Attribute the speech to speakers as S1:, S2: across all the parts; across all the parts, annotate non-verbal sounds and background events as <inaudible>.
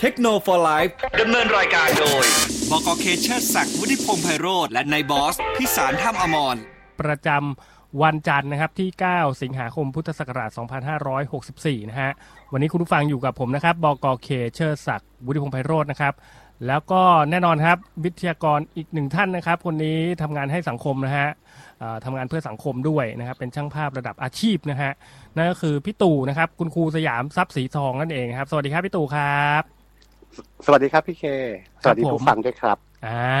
S1: เทคโนโลยีไลฟ์
S2: ดำเนินรายการโดย
S1: บกเคเชอร์ศักดิ์วุฒิพงษ์ไพโรธและนายบอส พิสารท่ามอมร
S3: ประจำวันจันทร์นะครับที่ 9 สิงหาคมพุทธศักราช 2564 นะฮะ วันนี้คุณผู้ฟังอยู่กับผมนะครับ บกเคเชอร์ศักดิ์วุฒิพงษ์ไพโรจน์นะครับ แล้วก็แน่นอนครับวิทยากรอีกหนึ่งท่านนะครับ คนนี้ทำงานให้สังคมนะฮะเอ่อทำงานเพื่อสังคมด้วยนะครับ เป็นช่างภาพระดับอาชีพนะฮะ นั่นก็คือพี่ตู่นะครับ คุณครูสยามทรัพย์สีทองนั่นเองครับ สวัสดีครับพี่ตู่ครับ
S4: สวัสดีครับพี่เค สวัสดี
S3: ครับผม
S4: ผู้ฟังด้วยครับ <laughs>
S3: อ่า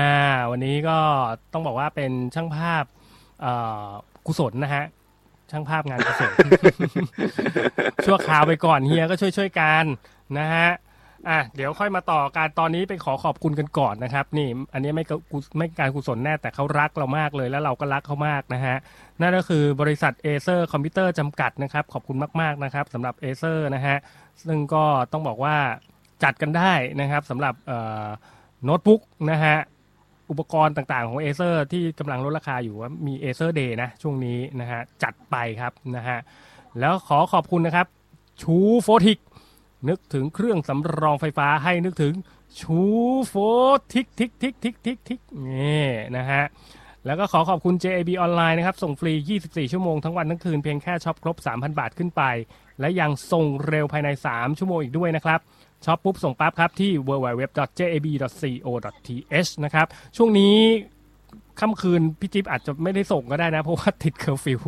S3: วันนี้ก็ต้องบอกว่าเป็นช่างภาพเอ่อกุศลนะฮะ ช่างภาพงานกุศล <laughs> ชั่วคราวไปก่อนเฮียก็ช่วยช่วยๆกันนะฮะอ่ะเดี๋ยวค่อยมาต่อการตอนนี้ไปขอขอบคุณกันก่อนนะครับ นี่อันนี้ไม่กุไม่การกุศลแน่แต่เขารักเรามากเลยแล้วเราก็รักเขามากนะฮะนั่นก็คือบริษัทเอเซอร์คอมพิวเตอร์จำกัดนะครับ ขอบคุณมากๆนะครับสำหรับเอเซอร์นะฮะซึ่งก็ต้องบอกว่าจัดกันได้นะครับสำหรับเอ่อ โน้ตบุ๊กนะฮะ อุปกรณ์ต่างๆของ a อเซอร์ที่กำลังลดราคาอยู่ว่ามี a อเซอร์เดย์นะ ช่วงนี้นะฮะ จัดไปครับนะฮะ แล้วขอขอบคุณนะครับ ชูโฟติก นึกถึงเครื่องสำรองไฟฟ้าให้นึกถึงชูโฟติกทิกทิกทิกทิกทิกนี่นะฮะ แล้วก็ขอขอบคุณ JAB ออนไลน์นะครับ ส่งฟรี 24 ชั่วโมงทั้งวันทั้งคืนเพียงแค่ช็อปครบ 3,000 บาทขึ้นไป และยังส่งเร็วภายใน 3 ชั่วโมงอีกด้วยนะครับ ช็อปปุ๊บ ส่งปั๊บครับ ที่ www.jab.co.th นะครับ ช่วงนี้ค่ำคืนพี่จิ๊บอาจจะไม่ได้ส่งก็ได้นะ เพราะว่าติดเคอร์ฟิว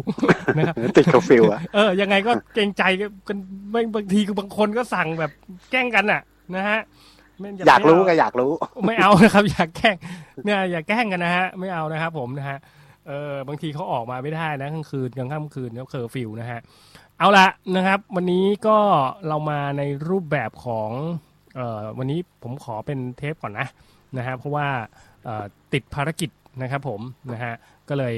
S3: นะครับ
S4: ติดเคอร์ฟิวอะ
S3: เออ ยังไงก็เกรงใจกันบางบางทีคือบางคนก็สั่งแบบแกล้งกันน่ะ นะฮะไม่
S4: อยากรู้
S3: ไม่เ
S4: ก็อยากรู้
S3: ไม่เอานะครับ <laughs> อย่าแกล้งเนี่ยอย่าแกล้งกันนะฮะไม่เอานะครับผมนะฮะเออบางทีเขาออกมาไม่ได้นะกลางคืนกลางค่ำคืนเขาเคอร์ฟิวนะฮะเอาละนะครับ วันนี้ก็เรามาในรูปแบบของเอ่อวันนี้ผมขอเป็นเทปก่อนนะนะฮะเพราะว่าเอ่อติดภารกิจนะครับผมนะฮะก็เลย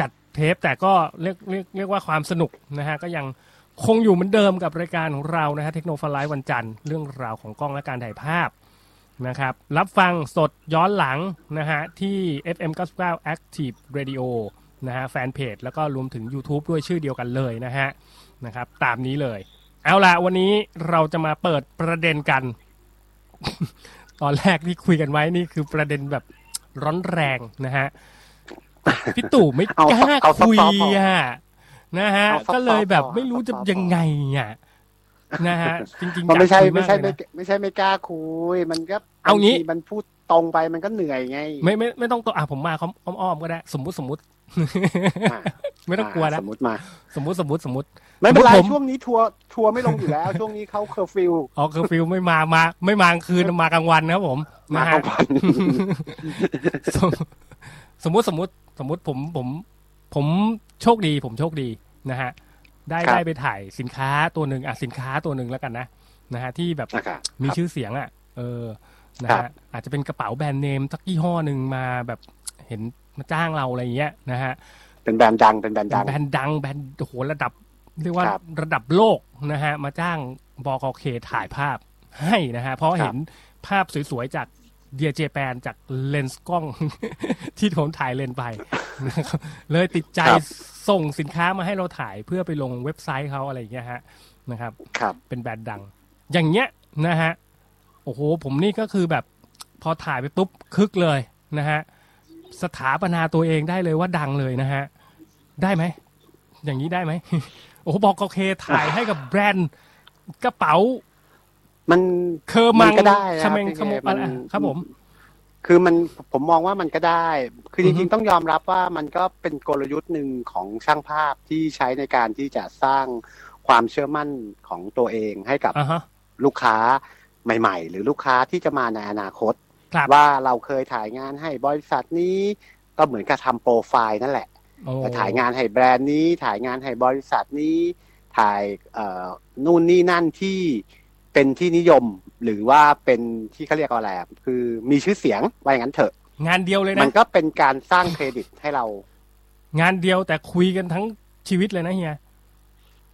S3: จัดเทปแต่ก็เรียกเรียกเรียกว่าความสนุกนะฮะก็ยัง คงอยู่เหมือนเดิมกับรายการของเรานะฮะเทคโนโลยีวันจันทร์เรื่องราวของกล้องและการถ่ายภาพ นะครับรับฟังสดย้อนหลังนะฮะที่ FM 99 Active Radio นะฮะแฟนเพจแล้วก็รวมถึง YouTube ด้วยชื่อเดียวกันเลยนะฮะนะครับตามนี้เลย เอาล่ะ วันนี้เราจะมาเปิดประเด็นกัน ตอนแรกที่คุยกันไว้นี่คือประเด็นแบบร้อนแรงนะฮะพี่ตู่ไม่
S4: เอา
S3: กล้า
S4: เอาซอฟต์ๆ
S3: คุย
S4: พอ
S3: อ่ะนะฮะ
S4: เอาซอฟต์ๆ
S3: ก็เลยแบบ
S4: พอ
S3: ไม่รู้จะ
S4: เอาซอฟต์ๆ
S3: ยังไงอ่ะนะฮะจริงๆ
S4: มันไม่ใช่
S3: อยากคุย
S4: ไม่ใช่
S3: ากเล
S4: ไม่
S3: ยนะ
S4: ไม่ใช่ไม่กล้าคุย มันก็
S3: เอางี้
S4: บทีมันพูดตรงไปมันก็เหนื่อยไง
S3: ไม่ไม่ไม่ต้องตัวอ่ะผมมาเขาอ้อมๆก็ได้ สมมุติสมมุติ
S4: อ่ะ
S3: ไม่ต้องกลัวนะ
S4: สมมติมา
S3: สมมุติสมมุติสมมุติ
S4: ไม่เป็นไร
S3: ผม
S4: ช่วงนี้ทัวร์ทัวร์ไม่ลงอยู่แล้ว ช่วงนี้เขาเคอร์ฟิว
S3: อ๋อเคอร์ฟิว <laughs> ไม่มามา ไม่มากลางคืนมากลางวันนะครับผม
S4: มา
S3: นะ
S4: ก
S3: ฮะ
S4: ลางวัน
S3: สมสมมุติสมมุติสมมุติผมผม ผมโชคดี ผมโชคดีนะฮะได้ได้ไปถ่ายสินค้าตัวหนึ่งอ่ะสินค้าตัวหนึ่งแล้วกันนะนะฮะที่แบบ
S4: นะครับ
S3: มีชื่อเสียงอ่ะ เออ นะครับ ฮะ อาจจะเป็นกระเป๋าแบรนด์เนมสักยี่ห้อหนึ่งมาแบบเห็นมาจ้างเราอะไรอย่างเงี้ยนะฮะ
S4: เป็นแบรนด์ดังเป็นแบรนด์ดัง
S3: แบรนด์ดังแบรนด์โอ้โหระดับ เรียกว่า
S4: ครับ
S3: ระดับโลกนะฮะ มาจ้างบกเคถ่ายภาพให้นะฮะ เพราะ
S4: ครับ
S3: เห็นภาพสวยๆ จากเดียเจแปนจากเลนส์กล้อง <laughs> ที่ผมถ่ายเลนส์ไป <laughs> นะครับเลยติดใจส่งสินค้ามาให้เราถ่ายเพื่อไปลงเว็บไซต์เขาอะไรอย่างเงี้ยฮะนะครับ
S4: ครับ
S3: เป็นแบรนด์ดัง อย่างเงี้ยนะฮะ โอ้โห ผมนี่ก็คือแบบพอถ่ายไปปุ๊บคึกเลยนะฮะ สถาปนาตัวเองได้เลยว่าดังเลยนะฮะ ได้ไหม อย่างนี้ได้ไหม <laughs> โอ้โห บอกโอเคถ่ายให้กับแบรนด์กระเป๋า
S4: มัน
S3: เคอร์มัง
S4: มันก็ได้นะ
S3: ชะเมง
S4: พี่
S3: ขมก
S4: มั
S3: อะ
S4: น
S3: ไรครับผม
S4: คือมันผมมองว่ามันก็ได้ คือจ
S3: อือฮึ
S4: ริงๆต้องยอมรับว่ามันก็เป็นกลยุทธ์หนึ่งของช่างภาพที่ใช้ในการที่จะสร้างความเชื่อมั่นของตัวเองให้กับ
S3: อ่าฮะ
S4: ลูกค้าใหม่ ๆ หรือลูกค้าที่จะมาในอนาคต
S3: ครับ
S4: ว่าเราเคยถ่ายงานให้บริษัทนี้ก็เหมือนกับทำโปรไฟล์นั่นแหละ
S3: โอ้
S4: ถ่ายงานให้แบรนด์นี้ ถ่ายงานให้บริษัทนี้ ถ่ายเอ่อนู่นนี่นั่นที่เป็นที่นิยมหรือว่าเป็นที่เขาเรียกว่าอะไรอะคือมีชื่อเสียงว่าอย่างนั้นเถอะ
S3: งานเดียวเลย
S4: มั
S3: นะ
S4: นก็เป็นการสร้างเครดิตให้เรา
S3: งานเดียวแต่คุยกันทั้งชีวิตเลยนะเฮีย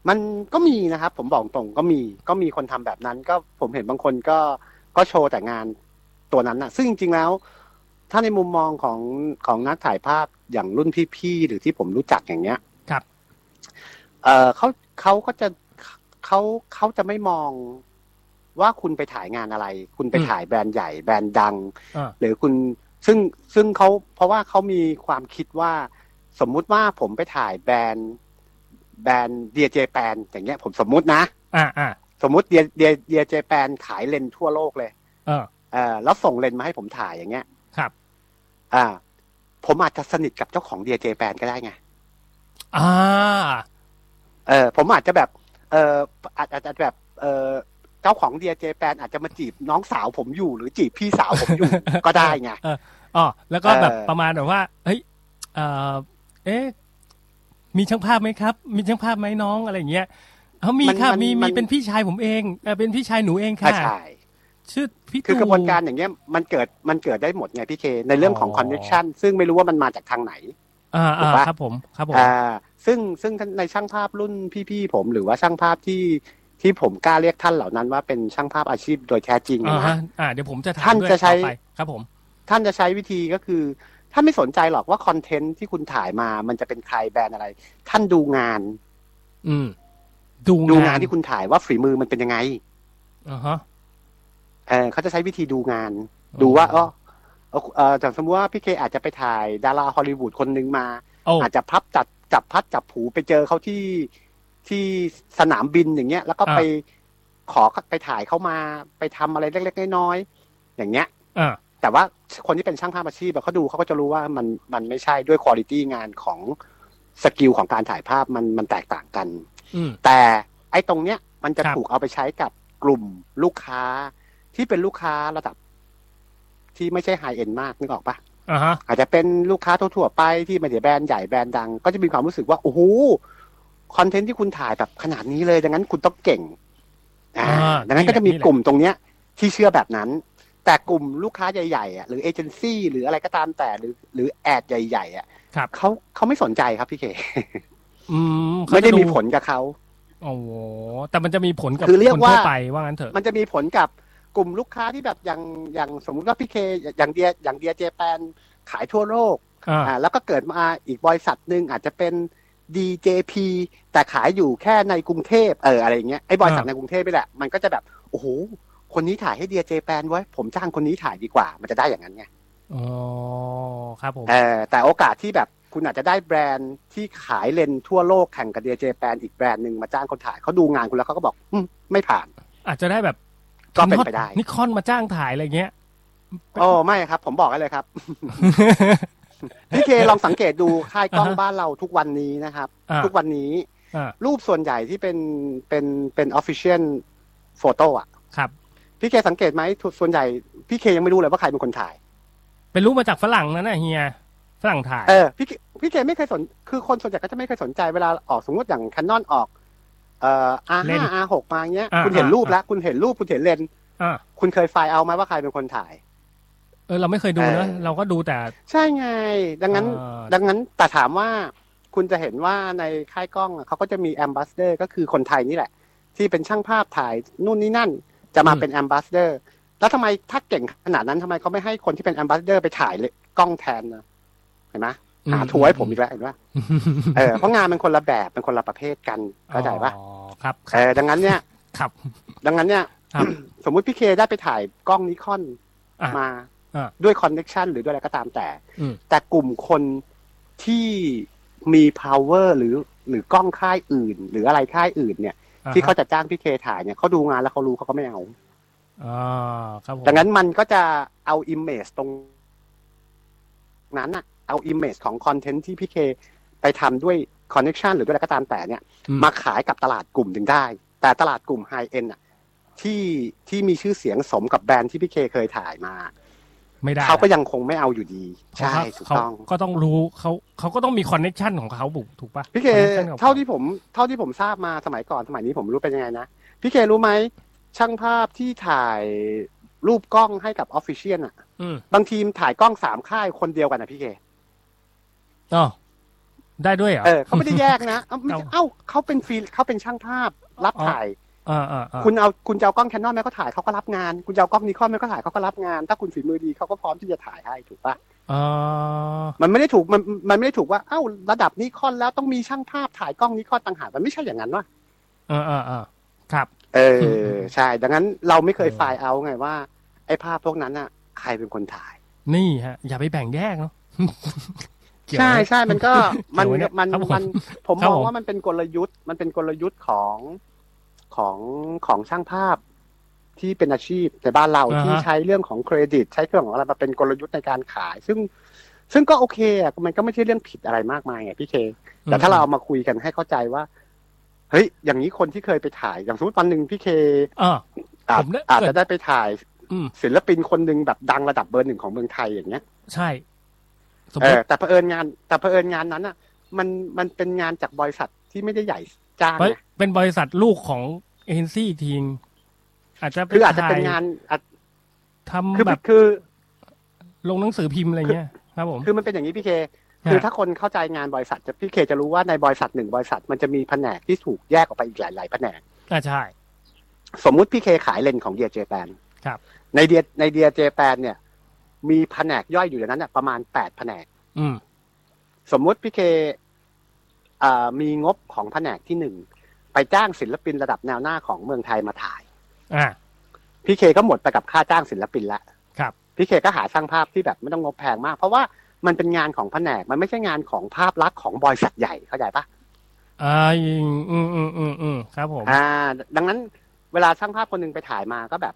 S4: มันก็มีนะครับ ผมบอกตรงก็มี ก็มีคนทำแบบนั้น ก็ผมเห็นบางคนก็ก็โชว์แต่งานตัวนั้นนะซึ่งจริงๆแล้ว ถ้าในมุมมองของของนักถ่ายภาพอย่างรุ่นพี่ๆหรือที่ผมรู้จักอย่างเงี้ย
S3: ครับ
S4: เออเขาเขาก็จะเขาเขาจะไม่มอง ว่าคุณไปถ่ายงานอะไร คุณไป
S3: อืม
S4: ถ่ายแบรนด์ใหญ่แบรนด์ดัง
S3: อ่า
S4: หรือคุณซึ่งซึ่งเขาเพราะว่าเขามีความคิดว่า สมมุติว่าผมไปถ่ายแบรนด์แบรนด์เดียเจแปนอย่างเงี้ย ผมสมมุตินะ
S3: อ่าอ่า
S4: สมมุติเดียเดียเดียเจแปนขายเลนส์ทั่วโลกเลย
S3: เออ
S4: เออแล้วส่งเลนส์มาให้ผมถ่ายอย่างเงี้ย
S3: ครับ
S4: อ่า ผมอาจจะสนิทกับเจ้าของเดียเจแปนก็ได้ไง
S3: อ่า
S4: เออผมอาจจะแบบ เอออาจอาจจะแบบ เออเจ้าของเดียเจแปนอาจจะมาจีบน้องสาวผมอยู่หรือจีบพี่สาวผม
S3: <laughs>
S4: อยู่ ก็ได้ไง
S3: อ๋อแล้วก็
S4: เอ่อ
S3: แบบประมาณแบบว่า เฮ้ยเอ่อเอ๊ะมีช่างภาพไหมครับ มีช่างภาพไหมน้องอะไรอย่างเงี้ยเขามีค่ะมีมีเป็นพี่ชายผมเองเอ่อเป็นพี่ชายหนูเองค่ะ
S4: อ่ะใช่
S3: ชื่อพี่
S4: คื
S3: ตู่
S4: อกระบวนการอย่างเงี้ยมันเกิดมันเกิดได้หมดไงพี่เค ในเรื่องของ
S3: อ๋อ
S4: คอนเน t ชันซึ่งไม่รู้ว่ามันมาจากทางไหน
S3: อ่า
S4: ถูก
S3: อ่า
S4: ปะ
S3: ครับผมครับผม
S4: อ่าซึ่งซึ่งในช่างภาพรุ่นพี่ๆผมหรือว่าช่างภาพที่ที่ผมกล้าเรียกท่านเหล่านั้นว่าเป็นช่างภาพอาชีพโดยแท้จริง
S3: อ่า
S4: นะ
S3: ฮะอ่าเดี๋ยวผมจะถาม
S4: ท่าน
S3: ด้วย
S4: จะใช้
S3: ต่อไปครับผม
S4: ท่านจะใช้วิธีก็คือท่านไม่สนใจหรอกว่าคอนเทนต์ที่คุณถ่ายมามันจะเป็นใครแบรนด์อะไร ท่านดูงาน
S3: อืม ดู
S4: ดูงานที่คุณถ่ายว่าฝีมือมันเป็นยังไง
S3: อ่าฮะ
S4: เออเขาจะใช้วิธีดูงาน ดูว่าเออเอ่อเออจากสมมติว่าพี่เคอาจจะไปถ่ายดาราฮอลลีวูดคนหนึ่งมา
S3: โอ้
S4: อาจจะพับจัดจับพัดจับผูไปเจอเขาที่ที่สนามบินอย่างเงี้ย แล้วก็ไปขอไปถ่ายเข้ามาไปทำอะไรเล็กๆน้อยๆอย่างเงี้ย
S3: อ่า
S4: แต่ว่าคนที่เป็นช่างภาพอาชีพอะเขาดูเขาก็จะรู้ว่ามันมันไม่ใช่ด้วยคุณภาพงานของสกิลของการถ่ายภาพมันมันแตกต่างกัน
S3: อืม
S4: แต่ไอ้ตรงเนี้ยมันจะ
S3: ครับ
S4: ถูกเอาไปใช้กับกลุ่มลูกค้า ที่เป็นลูกค้าระดับ ที่ไม่ใช่ไฮเอ็นมากนึกออกปะ
S3: อ่าฮะ
S4: อาจจะเป็นลูกค้าทั่วๆไปที่ไม่ได้แบรนด์ใหญ่แบรนด์ดัง ก็จะมีความรู้สึกว่า โอ้โหคอนเทนต์ที่คุณถ่ายแบบขนาดนี้เลย ดังนั้นคุณต้องเก่งอ่า
S3: อ่า
S4: ดังนั้นก็จะ
S3: นี่
S4: มี
S3: แหละ
S4: กลุ่มตรงเนี้ย ที่เชื่อแบบนั้น แต่กลุ่มลูกค้าใหญ่ๆอ่ะหรือเอเจนซี่หรืออะไรก็ตามแต่หรือ หรือแอดใหญ่ๆอ่ะ
S3: ครับ
S4: เขาเขาไม่สนใจครับ
S3: <laughs>
S4: พี่เค
S3: อืมเขา
S4: ไม่ได้
S3: จะ
S4: มีผลกับเขา
S3: โอ้โหแต่มันจะมีผลกับ
S4: คือเรียก
S3: น
S4: ว่า
S3: ทั่วไปว่างั้นเถอะ
S4: มันจะมีผลกับกลุ่มลูกค้าที่แบบอย่างอย่างสมมุติว่าพี่เคอย่างเดียอย่างเดียเจแปนขายทั่วโลก
S3: อ่า
S4: อ่าแล้วก็เกิดมาอีกบริษัทหนึ่งอาจจะเป็น DJP แต่ขายอยู่แค่ในกรุงเทพเอออะไรอย่างเงี้ยไอ้บริษัท
S3: อ่า
S4: ในกรุงเทพนี่แหละ มันก็จะแบบโอ้โหคนนี้ถ่ายให้ DJ แปนไว้ยผมจ้างคนนี้ถ่ายดีกว่า มันจะได้อย่างนั้นไง
S3: อ๋อครับผม
S4: เออแต่โอกาสที่แบบคุณอาจจะได้แบรนด์ที่ขายเลนส์ทั่วโลกแข่งกับ DJ แปนอีกแบรนด์หนึ่งมาจ้างคนถ่ายเขาดูงานคุณแล้วเขาก็บอกอมไม่ผ่าน
S3: <laughs> อาจจะได้แบบ
S4: ก็เป็นไปได้
S3: นิคอนมาจ้างถ่ายอะไรเงี้ย
S4: โอ้ไม่ครับ ผมบอกให้เลยครับ พี่เคลองสังเกตดูค่ายกล้อง
S3: อ่าฮะ
S4: บ้านเราทุกวันนี้นะครับ
S3: อ่า
S4: ทุกวันนี้
S3: อ่า
S4: รูปส่วนใหญ่ที่เป็นเป็นเป็นออฟฟิเชียลโฟโต้อะ
S3: ครับ
S4: พี่เคสังเกตไหมทุส่วนใหญ่พี่เคยังไม่รู้เลยว่าใครเป็นคนถ่าย
S3: เป็นรูปมาจากฝรั่งนั่นน่ะเฮีย ฝรั่งถ่าย
S4: เออพี่เคพี่เคไม่เคยสนคือคนส่วนใหญ่ก็จะไม่เคยสนใจเวลาออกสมมติอย่างคันนอนออก เอ่อ R5
S3: เล่น
S4: R6 มาอย่างเงี้ย
S3: อ่า
S4: คุณเห็น
S3: อ่า
S4: รูปแล้ว คุณเห็นรูปคุณเห็นเลนส์
S3: อ่า
S4: คุณเคยไฟล์เอาไหมว่าใครเป็นคนถ่าย
S3: เออเราไม่เคยดูนะ
S4: เออ
S3: เราก็ดูแต่
S4: ใช่ไง ดังนั้น
S3: เอ่อ
S4: ดังนั้นแต่ถามว่าคุณจะเห็นว่าในค่ายกล้องอะเขาก็จะมีแอมบ s สเดอร์ก็คือคนไทยนี่แหละ ที่เป็นช่างภาพถ่ายนู่นนี่นั่น จะมาเป็นแอมบ s สเดอร์แล้วทำไมถ้าเก่งขนาดนั้นทำไมเขาไม่ให้คนที่เป็นแอมบ s สเดอร์ไปถ่ายเลยกล้องแทนนะเห็นไหมหาทัวร์ให้ผมอีกแล้วเห็นปะเออเพราะงานมันคนละแบบมันคนละประเภทกันเข้าใจปะ
S3: อ๋อครับค
S4: เอ
S3: รับ
S4: อดังนั้นเนี่ย
S3: ครับ
S4: ดังนั้นเนี่ย
S3: ครับ
S4: สมมุติพี่เคได้ไปถ่ายกล้องนิคอน
S3: อ่ะ
S4: มา
S3: อ่ะ
S4: ด้วยคอนเน็ชันหรือด้วยอะไรก็ตามแต่
S3: อืม
S4: แต่กลุ่มคนที่มี power หรือหรือกล้องค่ายอื่น หรืออะไรค่ายอื่นเนี่ย
S3: อ่
S4: ที่เขาจะจ้างพี่เคถ่ายเนี่ยเขาดูงานแล้วเขารู้เขาก็ไม่เอา
S3: อ่าครับผม
S4: ดังนั้นมันก็จะเอา image ตรงนั้นอะเอา image ของคอนเทนต์ที่พี่เคไปทำด้วย connection หรือด้วยอะไรก็ตามแต่เนี่ย
S3: อื
S4: มาขายกับตลาดกลุ่มถึงได้ แต่ตลาดกลุ่ม high end อะที่ที่มีชื่อเสียงสมกับแบรนด์ที่พี่เคเคยถ่ายมา
S3: ไม่ได้
S4: เขาก็ยังคงไม่เอาอยู่ดี
S3: เพราะ
S4: ใช่
S3: เขา
S4: ถูก
S3: เขา
S4: ต้อง
S3: ก็ต้องรู้เขาเขาก็ต้องมีคอนเน t ชันของเขาบุกถูกปะ
S4: พี่เค
S3: connection ของข
S4: เท่าที่ผมเท่าที่ผมทราบมาสมัยก่อนสมัยนี้ผมไม่รู้เป็นยังไงนะ พี่เครู้ไหมช่างภาพที่ถ่ายรูปกล้องให้กับออฟฟิเชียลอะ
S3: อืม
S4: บางทีมถ่ายกล้องสามค่ายคนเดียวกันนะพี่เค
S3: อ๋อได้ด้วยเหรอ
S4: เออเขาไม่ได้แยก
S3: <laughs>
S4: นะ เอ้าไม่
S3: เอา
S4: เอ้าเขาเป็นฟรีเขาเป็นช่างภาพรับถ่าย
S3: อ่าอ่าอ่า
S4: คุณเอาคุณจะเอากล้องแคนนอนไหมก็ถ่ายเขาก็รับงาน คุณจะเอากล้องนิคอนไหมก็ถ่ายเขาก็รับงาน ถ้าคุณฝีมือดีเขาก็พร้อมที่จะถ่ายให้ถูกปะ
S3: อ่า
S4: มันไม่ได้ถูกมันมันไม่ได้ถูกว่าเอ้าระดับนิคอนแล้วต้องมีช่างภาพถ่ายกล้องนิคอนต่างหากมันไม่ใช่อย่างนั้นวะ
S3: เออเออเออครับ
S4: เออ ใช่ ดังนั้นเราไม่เคยไฟล์เอาไงว่า ไอ้ภาพพวกนั้นอ่ะ ใครเป็นคนถ่าย
S3: นี่ฮะ อย่าไปแบ่งแยกเนาะ เกี่ยวไหม
S4: <laughs> ใช่ใช่ มันก็มัน
S3: เกี่ยวไว้เนี่ย
S4: มัน
S3: ครับผม
S4: มันผม
S3: ครับ
S4: มอง
S3: ผม
S4: ว่ามันเป็นกลยุทธ์ มันเป็นกลยุทธ์ของของของช่างภาพที่เป็นอาชีพในบ้านเรา
S3: อ่าฮะ
S4: ที่ใช้เรื่องของเครดิต ใช้เครื่องของอะไรมาเป็นกลยุทธ์ในการขาย ซึ่งซึ่งก็โอเคอ่ะมันก็ไม่ใช่เรื่องผิดอะไรมากมายไงพี่เค แต่ถ้าเราเอามาคุยกันให้เข้าใจว่า เฮ้ย อย่างนี้คนที่เคยไปถ่าย อย่างสมมติวันหนึ่งพี่เค
S3: อ่า
S4: อาจ
S3: ผมเนี่ย
S4: อาจ
S3: เกิด
S4: จะได้ไปถ่าย
S3: อืม
S4: ศิลปินคนหนึ่งแบบดังระดับเบอร์หนึ่งของเมืองไทยอย่างเงี้ย
S3: ใช่ สม
S4: เอ
S3: มติ
S4: อแต่เผอิญงาน แต่เผอิญงานนั้นอ่ะ มันมันเป็นงานจากบริษัทที่ไม่ได้ใหญ่จ้าง
S3: เฮ้ย
S4: นะ
S3: เป็นบริษัทลูกของเอเจนซี่อีกทีงอาจจะ
S4: คืออาจจะเป็นงานอาจ
S3: ทำ
S4: คือ
S3: แบบ
S4: คือ
S3: ลงหนังสือพิมพ์อะไรเงี้ยครับผม
S4: คือมันเป็นอย่างนี้พี่เค คือถ้าคนเข้าใจงานบริษัทจะพี่เคจะรู้ว่าในบริษัทหนึ่งบริษัทมันจะมีแผนกที่ถูกแยกออกไปอีกหลาย ๆ แผนก
S3: อ่าใช่
S4: สมมุติพี่เคขายเลนส์ของเดียเจแปน
S3: ครับ
S4: ในเดียในเดียเจแปนเนี่ย มีแผนกย่อยอยู่ในนั้นน่ะประมาณแปดแผนก
S3: อืม
S4: สมมุติพี่เคอ่ามีงบของแผนกที่หนึ่งไปจ้างศิลปินระดับแนวหน้าของเมืองไทยมาถ่าย
S3: อ่า
S4: พี่เคก็หมดไปกับค่าจ้างศิลปินละ
S3: ครับ
S4: พี่เคก็หาช่างภาพที่แบบไม่ต้องงบแพงมาก เพราะว่ามันเป็นงานของแผนกมันไม่ใช่งานของภาพลักษณ์ของบริษัทใหญ่เข้าใจปะ
S3: อ่าอืมอืมอืมอืมครับผม
S4: อ่า ดังนั้นเวลาช่างภาพคนหนึงไปถ่ายมาก็แบบ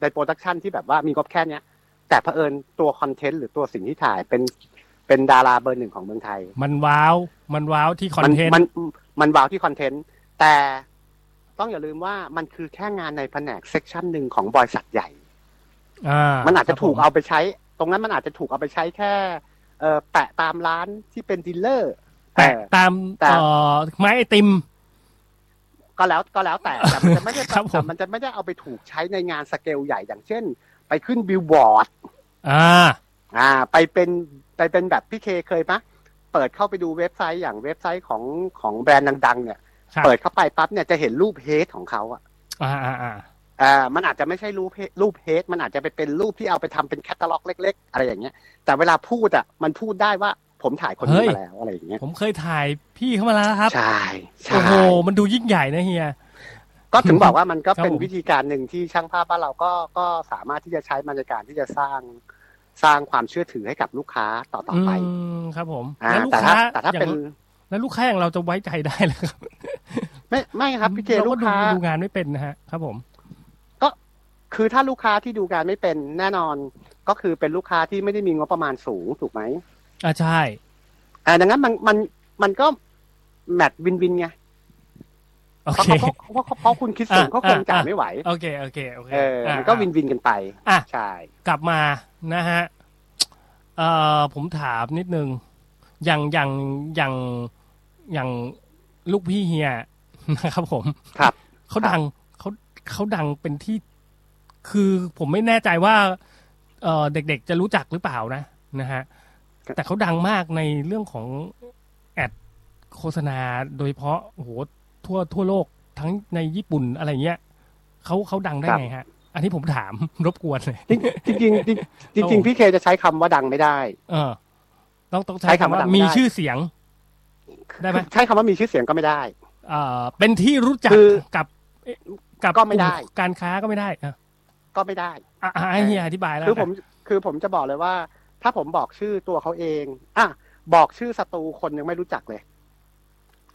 S4: ในโปรดักชันที่แบบว่ามีงบแค่เนี้ย แต่เผอิญตัวคอนเทนต์หรือตัวสิ่งที่ถ่ายเป็นเป็นดาราเบอร์หนึ่งของเมืองไทย
S3: มันว้าว มันว้าวที่คอนเทนต์
S4: มันมันมันวาวที่คอนเทนต์ แต่ต้องอย่าลืมว่ามันคือแค่งานในแผนกเซกชันหนึ่งของบริษัทใหญ่
S3: อ่า
S4: มันอาจจะถูก
S3: ครับผม
S4: เอาไปใช้ ตรงนั้นมันอาจจะถูกเอาไปใช้แค่เออแปะตามร้านที่เป็นดีลเลอร์ แต่
S3: แปะตาม
S4: แต่
S3: เอ่อไม้ไอติม
S4: ก็แล้วก็แล้วแต่แต่มันจะไม่ได้
S3: ครับผม
S4: แต่มันจะไม่ได้เอาไปถูกใช้ในงานสเกลใหญ่อย่างเช่น ไปขึ้นบิลบอร์ด
S3: อ่า
S4: อ่า ไปเป็นไปเป็นแบบพี่เคเคยปะเปิดเข้าไปดูเว็บไซต์อย่างเว็บไซต์ของของแบรนด์ดัง ๆ เนี่ย
S3: ครับ
S4: เปิดเข้าไปปั๊บเนี่ยจะเห็นรูปเฮดของเขาอะ
S3: อ่าอ่าอ่า
S4: อ่ามันอาจจะไม่ใช่รูปเฮรูปเฮดมันอาจจะไปเป็นรูปที่เอาไปทำเป็นแคตตาล็อกเล็ก ๆ อะไรอย่างเงี้ย แต่เวลาพูดอ่ะ มันพูดได้ว่าผมถ่ายคนนี้มาแล้วอะไรอย่างเงี้ย
S3: ผมเคยถ่ายพี่เข้ามาแล้วนะครับ
S4: ใช่
S3: โอ้
S4: ใช่
S3: โห มันดูยิ่งใหญ่นะเฮีย
S4: ก็ถึงบอกว่ามันก็เป็น
S3: ครับผม
S4: วิธีการหนึ่งที่ช่างภาพบ้านเราก็ก็สามารถที่จะใช้มันในการที่จะสร้างสร้างความเชื่อถือให้กับลูกค้าต่อต่อไป
S3: อืมครับผม
S4: อ่า
S3: แล้วลูก
S4: แต่ถ้า
S3: ค้า
S4: แต่ถ้า
S3: อย่ง
S4: เป็น
S3: แล้วลูกค้าอย่างเราจะไว้ใจได้เลยครับ
S4: ไม่ไม่ครับพี่เจ
S3: เรา
S4: ลู
S3: ก็
S4: ก
S3: ดู
S4: ค้า
S3: ดูงานไม่เป็นนะฮะ ครับผม
S4: คือถ้าลูกค้าที่ดูงานไม่เป็นแน่นอนก็คือเป็นลูกค้าที่ไม่ได้มีงบประมาณสูงถูกไหม
S3: อ่าใช่
S4: อ่าดังนั้นมันมันมันก็แมทวินวินไง
S3: โอ
S4: เพราะ
S3: เค
S4: เขาเพราะเขาเพราะคุณคิดสูง
S3: อ่ะ
S4: เขาคงจ่าย
S3: อ่ะ
S4: ไม่ไหว
S3: โอเค โอเค โอเค
S4: เอออา มันก็วิน
S3: อ่า
S4: วินกันไป
S3: อ่ะ
S4: ใช่
S3: กลับมานะฮะ เอ่อ ผมถามนิดนึง อย่างอย่างอย่างอย่างลูกพี่เฮียนะครับผม
S4: ครับ
S3: เขา
S4: ครับ
S3: ดังเขาเขาดังเป็นที่ คือผมไม่แน่ใจว่า เอ่อเด็กๆจะรู้จักหรือเปล่านะนะฮะแต่เขาดังมากในเรื่องของแอดโฆษณาโดยเฉพาะโอ้โหทั่วทั่วโลกทั้งในญี่ปุ่นอะไรเงี้ยเขาเขาดังได้ไงฮะ อันนี้ผมถาม <laughs> รบกวนเลย
S4: จริงจริงจริงจริงๆพี่เคจะใช้คำว่าดังไม่ได้
S3: เออ ต้องต้อง
S4: ใช้
S3: ใช้
S4: คำ
S3: คำ
S4: ว่า
S3: ว่า
S4: ดังไม่
S3: มี
S4: ได้
S3: ชื่อเสียง ได้ไหม
S4: ใช้คำว่ามีชื่อเสียงก็ไม่ได้
S3: เอ่อ เป็นที่รู้จัก
S4: คือ
S3: กับเอ๊ะกับ
S4: ก็ไม่ได้
S3: ลุ่การค้าก็ไม่ได้อ่ะ
S4: ก็ไม่ได้
S3: อ่ะอ่ะให้เฮียอธิบายแล้ว
S4: คือผมคือผมจะบอกเลยว่า ถ้าผมบอกชื่อตัวเขาเองอ่ะบอกชื่อศัตรูคนยังไม่รู้จักเลย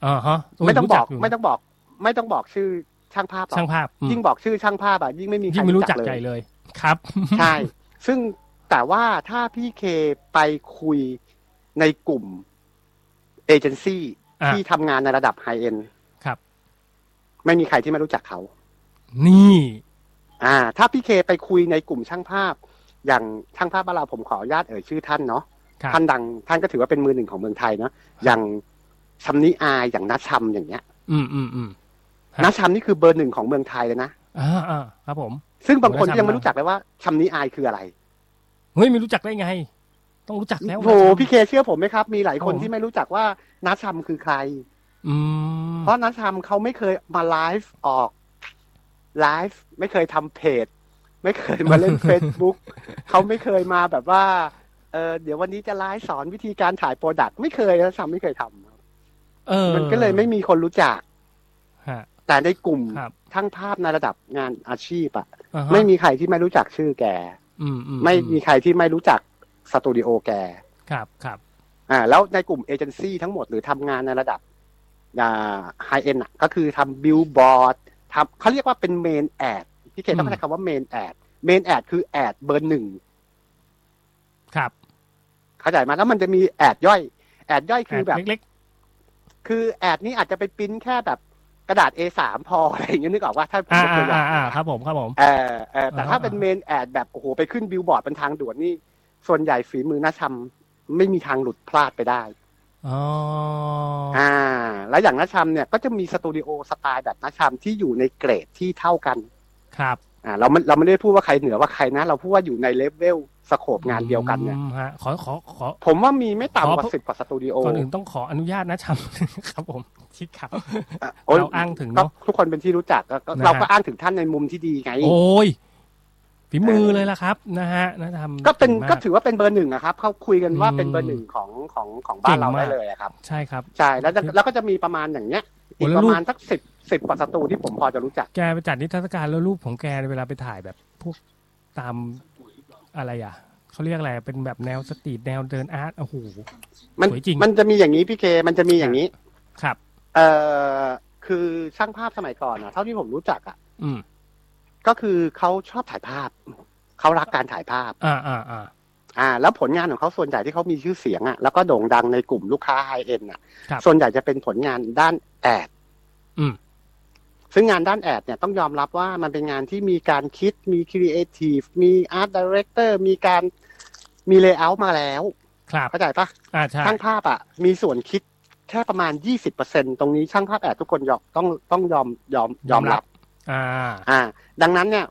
S3: อ่าฮะ
S4: ไม่ต้อง
S3: รู้
S4: บ
S3: จั
S4: อก
S3: ยู่
S4: ไม่ต้องบอก ไม่ต้องบอกชื่อช่างภาพหรอก
S3: ช่างภาพอืม
S4: ยิ่งบอกชื่อช่างภาพอ่ะยิ่งไม่มีใค
S3: ยิ่
S4: รง
S3: ไม่รู้
S4: รู้
S3: จั
S4: จั
S3: ก
S4: กเล
S3: ใหญ่
S4: ย
S3: เลยครับ
S4: ใช่ ซึ่งแต่ว่าถ้าพี่เคไปคุยในกลุ่มเอเจนซี่
S3: อ่ะ
S4: ที่ทำงานในระดับไฮเอ็น
S3: ครับ
S4: ไม่มีใครที่ไม่รู้จักเขา
S3: นี่
S4: อ่า ถ้าพี่เคไปคุยในกลุ่มช่างภาพ อย่างช่างภาพบ้านเราผมขออนุญาตเอ่ยชื่อท่านเนาะ
S3: ครับ
S4: ท่านดัง ท่านก็ถือว่าเป็นมือหนึ่งของเมืองไทยเนาะ อย่างชัมนิอายอย่างนัชชัมอย่างเงี้ย
S3: อืมอืมอืม ครับ
S4: นัชชัมนี่คือเบอร์หนึ่งของเมืองไทยเลยนะ
S3: อ่าอ่าครับผม
S4: ซึ่งบางคนก็ยังไม่
S3: โอ้นัชชัม
S4: รู้จักเลยว่าชัมนิอายคืออะไร
S3: เฮ้ยไม่รู้จักได้ไง ต้องรู้จักแล้ว
S4: โห
S3: นะครับ
S4: พี่เคเชื่อผมไหมครับ มีหลายคน
S3: ผม
S4: ที่ไม่รู้จักว่านัชชัมคือใคร
S3: อืม
S4: เพราะนัททำเขาไม่เคยมาไลฟ์ออกไลฟ์ไม่เคยทำเพจ ไม่เคยมาเล่น Facebook
S3: <laughs>
S4: เขาไม่เคยมาแบบว่าเออเดี๋ยววันนี้จะไลฟ์สอนวิธีการถ่ายโปรดักต์ไม่เคยนัททำไม่เคยทำ
S3: เออ
S4: มันก็เลยไม่มีคนรู้จัก
S3: ฮะ
S4: แต่ในกลุ่ม
S3: ครับ
S4: ช่างภาพในระดับงานอาชีพอะ
S3: อ่าฮะ
S4: ไม่มีใครที่ไม่รู้จักชื่อแก
S3: อืมอื
S4: ไม่มีใครที่ไม่รู้จักสตูดิโอแก
S3: ครับครับ
S4: อ่าแล้วในกลุ่มเอเจนซี่ทั้งหมดหรือทำงานในระดับอ่าไฮเอ็นอ่ะก็คือทำบิลบอร์ดทำเขาเรียกว่าเป็นเมนแอดพี่เคนต้องเข้าใจคำว่าเมนแอดเมนแอดคือแอดเบอร์หนึ่ง
S3: ครับ
S4: เข้าใจไหมแล้วมันจะมีแอดย่อยแอดย่อยคือแบบ
S3: เล็ก
S4: คือแอดนี้อาจจะไปปริ้นแค่แบบกระดาษ A3 พออะไรอย่างเงี้ยนึกออกว่าถ้า
S3: ๆ อ่าย
S4: ก
S3: อ่า
S4: ตัวย่
S3: อ่าง อ่าครับผมครับผม
S4: เออเออแต่
S3: อ่าฮะ
S4: ถ้าเป็นเมนแอดแบบโอ้โหไปขึ้นบิลบอร์ดบนทางด่วนนี่ ส่วนใหญ่ฝีมือน่าชำไม่มีทางหลุดพลาดไปได้
S3: อ๋ออ
S4: อ่า แล้วอย่างน่าชำเนี่ยก็จะมีสตูดิโอสไตล์แบบน่าชำที่อยู่ในเกรดที่เท่ากัน
S3: ครับ
S4: อ่าเราไม่เราไม่ได้พูดว่าใครเหนือกว่าใครนะ เราพูดว่าอยู่ในเลเวลสโคปงานเดียวกันเนี่ย
S3: อืมฮะขอขอขอ
S4: ผมว่ามีไม่ต่ำก
S3: ข
S4: ว่า
S3: อ
S4: สิบกว่าสตูดิโอ
S3: ก่อนอื่นต้องขออนุญาตนะ <laughs> ชั ครับผมที่ครับ
S4: อ่ะโย
S3: เราอ้างถึง
S4: ก็
S3: เนอะ
S4: ทุกคนเป็นที่รู้จักก็ก็
S3: นะฮะ
S4: เราก็อ้างถึงท่านในมุมที่ดีไง
S3: โอ้ยฝีมือเลยล่ะครับ นะฮะนะทำ
S4: ก็เป็น
S3: งมา
S4: ก็ถือว่าเป็นเบอร์หนึ่งอะครับเขาคุยกันว่าเป็น
S3: อืม
S4: เบอร์หนึ่งของของของบ้านเรา
S3: เก่งมาก
S4: ได้เลยอะครับ
S3: ใช่ครับ
S4: ใช่แล้วจะแล้วก็จะมีประมาณอย่างเนี้ย
S3: โอ้
S4: อีก
S3: แล้ว
S4: ป
S3: รูป
S4: ระมาณสักสิบสิบกว่าสตูที่ผมพอจะรู้จัก
S3: แกไปจัดนิทรรศการแล้วรูปของแกเวลาไปถ่ายแบบพวกตามอะไรอ่ะเขาเรียกอะไรเป็นแบบแนวสตรีทแนวเดินอาร์ตโอ้โห
S4: มัน
S3: สวยจริง
S4: มันจะมีอย่างนี้พี่เคมันจะมีอย่างนี้
S3: ครับ
S4: เออคือช่างภาพสมัยก่อนอะเท่าที่ผมรู้จักอะ
S3: อืม
S4: ก็คือเขาชอบถ่ายภาพเขารักการถ่ายภาพ
S3: อ่าอ่าอ่า
S4: อ่า แล้วผลงานของเขาส่วนใหญ่ที่เขามีชื่อเสียงอะแล้วก็โด่งดังในกลุ่มลูกค้าไฮเอ็นอะ
S3: ครับ
S4: ส่วนใหญ่จะเป็นผลงานด้านแอด
S3: อืม
S4: ซึ่งงานด้านแอดเนี่ยต้องยอมรับว่ามันเป็นงานที่มีการคิดมีครีเอทีฟมีอาร์ตดีเรคเตอร์มีการมีเลเยอร์มาแล้ว
S3: ครับ
S4: เข้าใจปะ
S3: อ่าใช่
S4: ช่างภาพอ่ะ มีส่วนคิดแค่ประมาณ 20%ตรงนี้ช่างภาพแอดทุกคนยอมต้องต้องยอมยอมยอมรับ
S3: อ่า
S4: อ่า ดังนั้นเนี่ย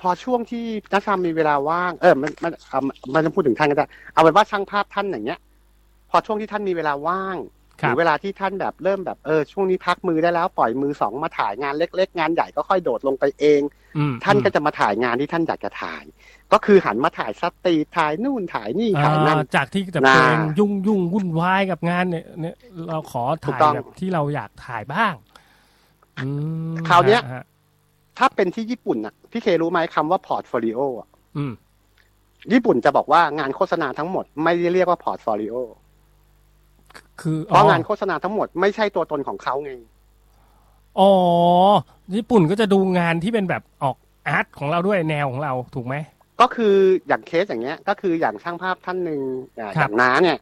S4: พอช่วงที่นักชามมีเวลาว่างเออมันมันเอามันจะพูดถึงท่านก็ได้เอาเป็นว่าช่างภาพท่านอย่างเงี้ย พอช่วงที่ท่านมีเวลาว่าง
S3: ค
S4: ห
S3: รั
S4: รื
S3: บ
S4: อเวลาที่ท่านแบบเริ่มแบบเออช่วงนี้พักมือได้แล้วปล่อยมือสองมาถ่ายงานเล็ก ๆ งานใหญ่ก็ค่อยโดดลงไปเอง
S3: อืม
S4: ท่านก็จะมาถ่ายงานที่ท่านอยากจะถ่าย ก็คือหันมาถ่ายสตรีทถ่ายนู่นถ่ายนี่ถ่ายนั่น
S3: อ่าจากที่จะ
S4: น่า
S3: เป็นยุ่งยุ่งวุ่นวายกับงานเนี่ยเนี่ยเราขอ
S4: ถูก
S3: ถ่าย
S4: ต้อง
S3: แบบที่เราอยากถ่ายบ้างอืม
S4: คราวเนี้ย
S3: ฮะฮะ
S4: ถ้าเป็นที่ญี่ปุ่นอะพี่เครู้ไหมคำว่าพอร์ตโฟลิโอะ
S3: อืม
S4: ญี่ปุ่นจะบอกว่างานโฆษณาทั้งหมดไม่ได้เรียกว่าพอร์ตโฟลิโอ
S3: คือ
S4: เพ
S3: อ๋อง
S4: ราะานโฆษณาทั้งหมดไม่ใช่ตัวตนของเขาไง
S3: อ๋อ ญี่ปุ่นก็จะดูงานที่เป็นแบบออกอาร์ตของเราด้วยแนวของเราถูกไหม
S4: ก็คืออย่างเคสอย่างเงี้ย ก็คืออย่างช่างภาพท่านหนึ่งอ่า
S3: ค
S4: อ
S3: รับ
S4: ย่างน้าเนี่ย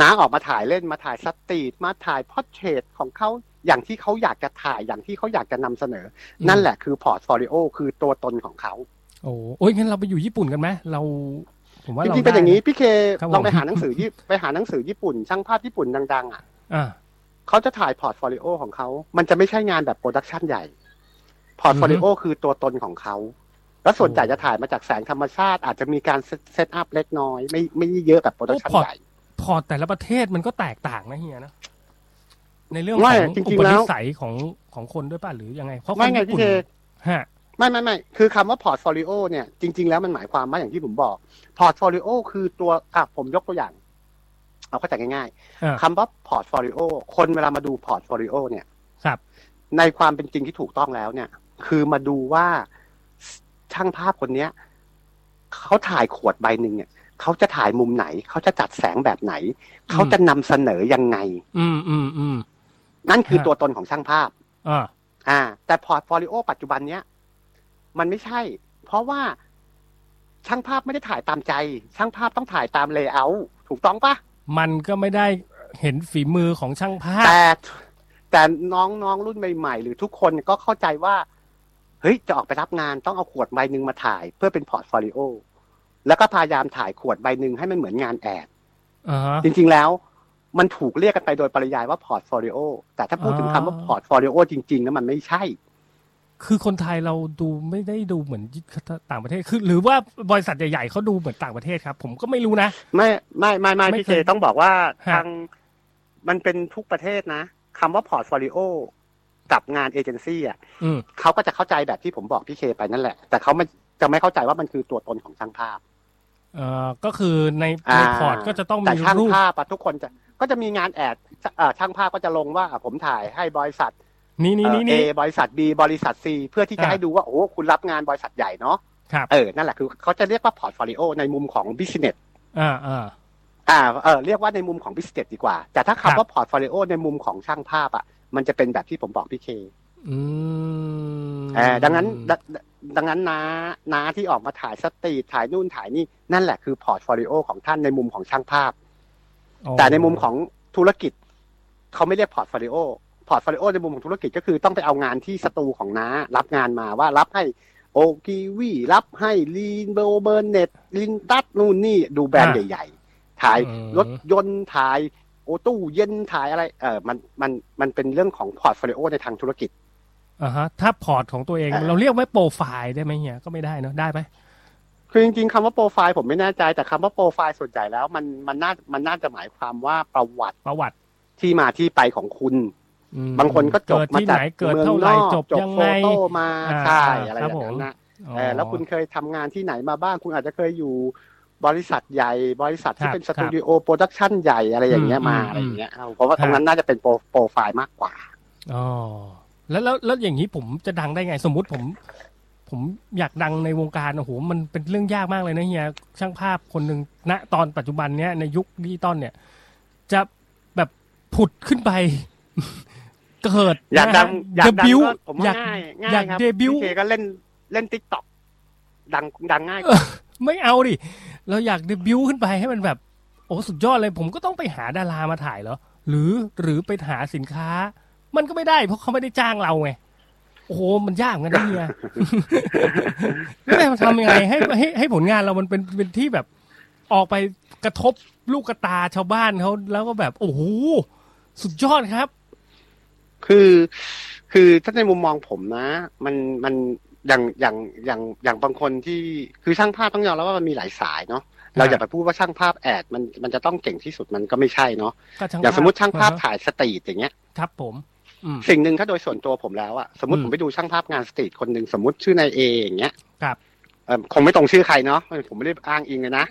S4: น้าออกมาถ่ายเล่นมาถ่ายสตรีทมาถ่ายพอร์เทรตของเขาอย่างที่เขาอยากจะถ่ายอย่างที่เขาอยากจะนำเสนอ นั่นแหละคือพอร์ตโฟลิโอคือตัวตนของเขา
S3: โอ้โอ้ยงั้นเราไปอยู่ญี่ปุ่นกันไหมเรา ผมว่า
S4: จ
S3: เรา
S4: ริงๆเป็นอย่าง
S3: ได้
S4: นี้พี่เค
S3: ครับ
S4: ลองไป
S3: ผม
S4: หาหนังสือญี่ไปหาหนังสือญี่ปุ่น ช่างภาพญี่ปุ่นดังๆอ่ะ
S3: อ่า
S4: เขาจะถ่ายพอร์ตโฟลิโอของเขา มันจะไม่ใช่งานแบบโปรดักชันใหญ่ พอร์ตโฟลิโอคือตัวตนของเขา แล้วส่วนใหญ่
S3: โอ้
S4: จะถ่ายมาจากแสงธรรมชาติ อาจจะมีการเซตอัพเล็กน้อย ไม่ไม่เยอะแบบโปรดักชัน
S3: โอ้
S4: ใหญ่
S3: พอร์ตแต่ละประเทศมันก็แตกต่างนะเฮียนะ ในเรื่องข
S4: ไม่
S3: อง
S4: จริงๆ
S3: อุป
S4: แล้
S3: นิ
S4: ว
S3: สัยของของคนด้วยป่ะหรือยังไง เพราะค
S4: ไม่
S3: น
S4: ไง
S3: ญี่
S4: พี่
S3: ปุ่น
S4: เค
S3: ฮะ
S4: ไม่ไม่ไม่คือคำว่าพอร์ตโฟลิโอเนี่ยจริง ๆ แล้วมันหมายความว่าอย่างที่ผมบอกพอร์ตโฟลิโอคือตัวอ่ะผมยกตัวอย่าง เอาเข้าใจง่าย
S3: อ่า
S4: ๆคำว่าพอร์ตโฟลิโอคนเวลามาดูพอร์ตโฟลิโอเนี่ย
S3: ครับ
S4: ในความเป็นจริงที่ถูกต้องแล้วเนี่ย คือมาดูว่าช่างภาพคนเนี้ยเขาถ่ายขวดใบหนึ่งเนี่ยเขาจะถ่ายมุมไหน เขาจะจัดแสงแบบไหน เขาจะนำเสนอยังไง
S3: อืมอืมอืม
S4: นั่นคือ
S3: ฮะ
S4: ตัวตนของช่างภาพ
S3: อ่า
S4: อ่า แต่พอร์ตโฟลิโอปัจจุบันเนี้ยมันไม่ใช่ เพราะว่าช่างภาพไม่ได้ถ่ายตามใจ ช่างภาพต้องถ่ายตามเลเยอร์ถูกต้องปะ
S3: มันก็ไม่ได้เห็นฝีมือของช่างภาพ
S4: แต่แต่น้องน้องรุ่นใหม่ๆ หรือทุกคนก็เข้าใจว่า เฮ้ย จะออกไปรับงานต้องเอาขวดใบหนึ่งมาถ่าย เพื่อเป็นพอร์ตโฟลิโอแล้วก็พยายามถ่ายขวดใบหนึ่งให้มันเหมือนงานแอด
S3: อ่าฮะ
S4: จริง ๆ แล้ว มันถูกเรียกกันไปโดยปริยายว่าพอร์ตโฟลิโอแต่ถ้าพูดถึงคำว่า
S3: อ๋อ
S4: พอร์ตโฟลิโอจริงๆแล้วมันไม่ใช่
S3: คือคนไทยเราดูไม่ได้ดูเหมือนต่างประเทศคือ หรือว่าบริษัทใหญ่ๆเขาดูเหมือนต่างประเทศครับ ผมก็ไม่รู้นะ
S4: ไม่ไม่ไม่ไม่
S3: ไม่
S4: พี่
S3: เค
S4: เค
S3: ย
S4: ต้องบอกว่า
S3: ฮะ
S4: ทางมันเป็นทุกประเทศนะคำว่าพอร์ตโฟลิโอกับงานเอเจนซี่อ่ะ
S3: อืม
S4: เขาก็จะเข้าใจแบบที่ผมบอกพี่เคไปนั่นแหละ แต่เขาไม่จะไม่เข้าใจว่ามันคือตัวตนของช่างภาพ
S3: เอ่อก็คือในในพอร์ตก็จะต้อง
S4: แต่
S3: มี
S4: ช่าง
S3: รูป
S4: ภาพอะทุกคนจะก็จะมีงานแอดเอ่อช่างภาพก็จะลงว่าอ่ะผมถ่ายให้บริษัท
S3: นี่นี่นี่
S4: เอ
S3: นี่
S4: อ A บริษัท B บริษัท C เพื่อที่จะ
S3: อ่า
S4: ให้ดูว่าโอ้คุณรับงานบริษัทใหญ่เนาะ
S3: ครับ
S4: เออนั่นแหละคือเขาจะเรียกว่าพอร์ตโฟลิโอในมุมของ business
S3: อ่าอ่า
S4: อ่าเออเรียกว่าในมุมของ business ดีกว่า แต่ถ้า
S3: ครับ
S4: คำว่าพอร์ตโฟลิโอในมุมของช่างภาพอ่ะมันจะเป็นแบบที่ผมบอกพี่เค
S3: อืม
S4: เออดังนั้นดัดังนั้นน้าน้าที่ออกมาถ่ายสตรีทถ่ายนู่นถ่ายนี่นั่นแหละคือพอร์ตโฟลิโอของท่านในมุมของช่างภาพ
S3: โอ้
S4: แต่ในมุมของธุรกิจเขาไม่เรียกพอร์ตโฟลิโอ พอร์ตโฟลิโอในมุมของธุรกิจก็คือต้องไปเอางานที่สตูของน้ารับงานมาว่ารับให้โอกิวีรับให้ลีนเบลเบอร์เน็ตลินตัสนู่นนี่ดูแบรนด์ใหญ่ ๆ ถ่ายรถยนต์ถ่ายโอตู้เย็นถ่ายอะไรเออมันมันมันเป็นเรื่องของพอร์ตโฟลิโอในทางธุรกิจ
S3: อ่าฮะถ้าพอร์ตของตัวเอง
S4: อ่า
S3: เราเรียกไม่โปรไฟล์ได้ไหมเฮียก็ไม่ได้เนอะได้ไหม
S4: คือจริงๆคำว่าโปรไฟล์ผมไม่แน่ใจแต่คำว่าโปรไฟล์ส่วนใหญ่แล้วมันมันน่ามันน่าจะหมายความว่าประวัติ
S3: ประวัติ
S4: ที่มาที่ไปของคุณ
S3: อืม
S4: บางคนก็จบ
S3: เกิด
S4: มา
S3: ที่
S4: จา
S3: ไห
S4: ก
S3: นเกิดเท่าไหร่จบ
S4: จบ
S3: ยัง
S4: โฟ
S3: ไง
S4: โต้มา
S3: อ่า
S4: ใช่อะไร
S3: ค
S4: แบ
S3: รับบ ผม
S4: นั้นนะ
S3: อ๋อ
S4: เออแล้วคุณเคยทำงานที่ไหนมาบ้าง คุณอาจจะเคยอยู่บริษัทใหญ่ บริษัท
S3: ครั
S4: ที่
S3: บ
S4: เป็นสตูดิโอโปรดักชันใหญ่อะไรอย่างเงี้ย
S3: อืม
S4: มา
S3: อืม
S4: อะไรอย่างเงี้ยเอาเพราะว่า
S3: ครับ
S4: ตรงนั้นน่าจะเป็นโปรโปรไฟล์มากกว่า
S3: อ๋อแล้วแล้วแล้วอย่างนี้ผมจะดังได้ไงสมมุติผม ผมอยากดังในวงการโอ้โหมันเป็นเรื่องยากมากเลยนะเฮียช่างภาพคนหนึ่งณตอนปัจจุบันเนี้ยในยุคดิจิตอลเนี่ย จะแบบผุดขึ้นไป <laughs> เกิด
S4: อยากดัง
S3: นะฮะ
S4: อยากดัง
S3: debut
S4: ก็ผมว่าย
S3: อาก
S4: ง่าย
S3: อยา
S4: ง่าย
S3: ก
S4: ครับ
S3: debut
S4: พี่เคก็เล่นเล่นติ๊กต็อกดังดังง่ายกว่า
S3: ไม่เอาดิ เราอยากเดบิวต์ขึ้นไปให้มันแบบ โอ้สุดยอดเลย ผมก็ต้องไปหาดารามาถ่ายเหรอ หรือหรือไปหาสินค้า มันก็ไม่ได้เพราะเขาไม่ได้จ้างเราไง โอ้โห มันยากเหมือนกันนะเฮีย <laughs> แล้วจะทำยังไงให้ให้ให้ผลงานเรามันเป็นเป็นที่แบบออกไปกระทบลูกกระตาชาวบ้านเขาแล้วก็แบบ โอ้โห สุดยอดครับ
S4: คือคือถ้าในมุมมองผมนะ มันมันอย่างอย่างอย่างอย่างบางคนที่คือช่างภาพต้องยอมรับว่ามันมีหลายสายเนาะเราอย่าไปพูดว่าช่างภาพแอดมันมันจะต้องเก่งที่สุดมันก็ไม่ใช่เนาะ
S3: ก็ช่าง
S4: อย่างสมมติช่างภาพ
S3: อ่ฮะ
S4: ถ่ายสตรีทอย่างเงี้ย
S3: ครับผมอืม
S4: สิ่งหนึ่งถ้าโดยส่วนตัวผมแล้วอะสมมติ
S3: อืม
S4: ผมไปดูช่างภาพงานสตรีทคนหนึ่งสมมติชื่อนายเออย่างเงี้ย
S3: ครับ
S4: เอ่อคงไม่ตรงชื่อใครเนาะผมไม่ได้อ้างอิงเลยนะ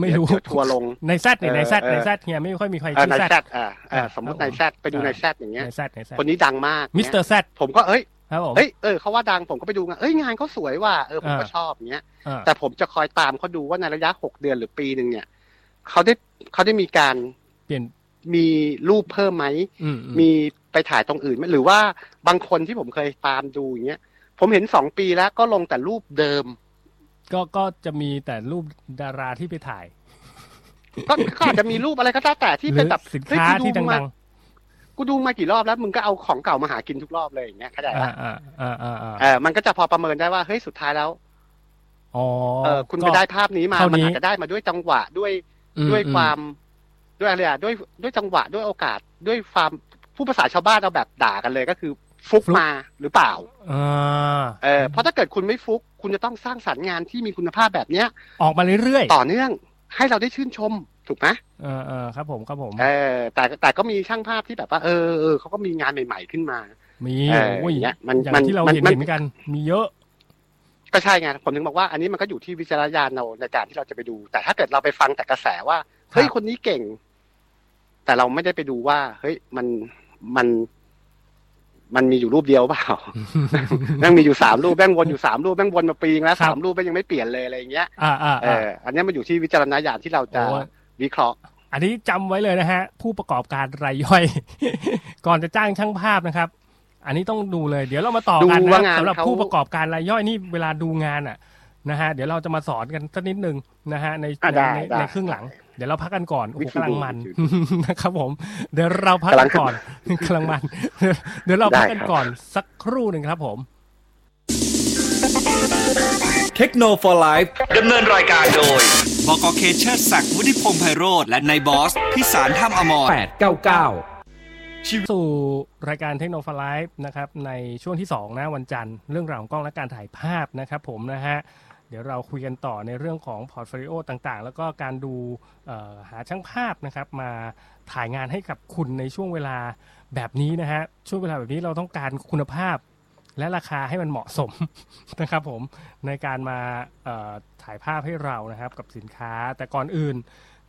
S3: ไม่รู้
S4: เดี๋ยวทัวร์ลง
S3: ในแซดเนี่ยในแซด
S4: เออ
S3: ในแซดเฮียไม่ค่อยมีใคร
S4: เอ่
S3: ชื่อน
S4: อาย
S3: แซด
S4: แซดอ่าอ่าสมมติ
S3: ครับผม
S4: นายแซดไปดู
S3: อ่าน
S4: นายแซดอย่างเงี้ย
S3: ในแซดในแซด
S4: คนนี้ดังมาก
S3: มิส
S4: เงี้ย
S3: เตอร์แซด
S4: ผมก็เอ้ย
S3: ครับผม
S4: เฮ้ย เออ เขาว่าดัง ผมก็ไปดูงานเอ้ย งานเขาสวยว่ะ เออ ผมก็
S3: อ่า
S4: ชอบอย่างเงี้ย
S3: อ่า
S4: แต่ผมจะคอยตามเขาดูว่าในระยะหกเดือนหรือปีหนึ่งเนี่ย เขาได้เขาได้มีการ
S3: เปลี่ยน
S4: มีรูปเพิ่มไหม
S3: อืม
S4: มีไปถ่ายตรงอื่นไหมหรือว่าบางคนที่ผมเคยตามดูอย่างเงี้ย ผมเห็นสองปีแล้วก็ลงแต่รูปเดิม
S3: ก็ก็จะมีแต่รูปดาราที่ไปถ่าย
S4: ก็ก็อาจจะมีรูปอะไรก็แล้วแต่ที่
S3: หรื
S4: เป็นแบบ
S3: สิน
S4: เฮ้ย
S3: ค้า
S4: กู
S3: ที่
S4: ดูมา
S3: ดัง
S4: กูดูมากี่รอบแล้ว มึงก็เอาของเก่ามาหากินทุกรอบเลยอย่างเงี้ยเข้าใจ
S3: ๆอ่า
S4: ปะ
S3: อ่าอ่าอ่าอ่า
S4: เออมันก็จะพอประเมินได้ว่า เฮ้ย สุดท้ายแล้ว
S3: อ๋อ
S4: เออ คุณไปได้ภาพนี้มา
S3: เท่านี้
S4: มันอาจจะได้มาด้วยจังหวะด้วย
S3: อื
S4: ด้วย
S3: อื
S4: ความด้วยอะไรอะด้วยด้วยจังหวะด้วยโอกาสด้วยความผู้ภาษาชาวบ้านเราแบบด่ากันเลยก็คือ ฟุกมาหรือเปล่า
S3: อ่า
S4: เออเพราะถ้าเกิดคุณไม่ฟุก คุณจะต้องสร้างสรรค์งานที่มีคุณภาพแบบเนี้ย
S3: ออกมาเรื่อย
S4: ต่อเนื่องให้เราได้ชื่นชมถูกไหม
S3: ๆเออเออครับผมครับผม
S4: เออแต่แต่ก็มีช่างภาพที่แบบว่าเออเออเขาก็มีงานใหม่ ๆขึ้นมา
S3: มี
S4: เอ่อ
S3: โอ้ย
S4: อย่างเงี้ยมัน
S3: อย่าง
S4: มัน
S3: ที่เรา
S4: มัน
S3: เห็น
S4: มัน
S3: เห็นกัน มีเยอะ
S4: ก็ใช่ไงผมถึงบอกว่าอันนี้มันก็อยู่ที่วิจารณญาณเราในการที่เราจะไปดู แต่ถ้าเกิดเราไปฟังแต่กระแสว่าเฮ้ยคนนี้เก่ง แต่เราไม่ได้ไปดูว่า เฮ้ยมันมัน มันมีอยู่รูปเดียว
S3: <laughs>
S4: เปล่า แม่งมีอยู่สามรูปแม่งวนอยู่สามรูปแม่งวนมาปีนึงแล้ว
S3: ครับ
S4: สามรูปแม่งยังไม่เปลี่ยนเลยอะไรอย่างเงี้ย
S3: อ่าอ่า
S4: เอ
S3: อ่า
S4: ออันเนี้ยมันอยู่ที่วิจารณญาณที่เราจะ
S3: โอ้
S4: วิเคราะห์
S3: อันนี้จำไว้เลยนะฮะ ผู้ประกอบการรายย่ <laughs> อย ก่อนจะจ้างช่างภาพนะครับ อันนี้ต้องดูเลย เดี๋ยวเรามาต่อกัน
S4: ดูว่า
S3: นะ
S4: งาน
S3: สำหรับ
S4: เขา
S3: ผู้ประกอบการรายย่อยนี่เวลาดูงานอ่ะนะฮะเดี๋ยวเราจะมาสอนกันสักนิดนึงนะฮะใน
S4: อ่ะ
S3: ใน
S4: ได้
S3: ใน
S4: ได้
S3: ในครึ่งหลัง เดี๋ยวเราพักกันก่อนโอ้
S4: วิ
S3: โห
S4: ธี
S3: กำลั
S4: ดู
S3: งมัน <laughs>
S4: วิธี
S3: นะครับผม เดี๋ยวเราพักกันก่อน <laughs> กำลังมัน เดี๋ยวเราพักกัน
S4: ได้ครับ
S3: ก่อนสักครู่หนึ่งครับผม
S1: เทคโนโลยีไลฟ์
S2: ดำเนินรายการโดย
S1: บกเคเชอร์ศักดิ์วุฒิพงษ์ไพโรธและนายบอสพิสารถ้ำอมร
S5: 899
S3: สู่รายการเทคโนโลยีนะครับในช่วงที่ 2 นะวันจันทร์เรื่องราวของกล้องและการถ่ายภาพนะครับผมนะฮะเดี๋ยวเราคุยกันต่อในเรื่องของพอร์ตโฟลิโอต่างๆ แล้วก็การดูเอ่อหาช่างภาพนะครับมาถ่ายงานให้กับคุณในช่วงเวลาแบบนี้นะฮะช่วงเวลาแบบนี้เราต้องการคุณภาพ และราคาให้มันเหมาะสม นะครับผมในการมาเอ่อถ่ายภาพให้เรานะครับกับสินค้าแต่ก่อนอื่น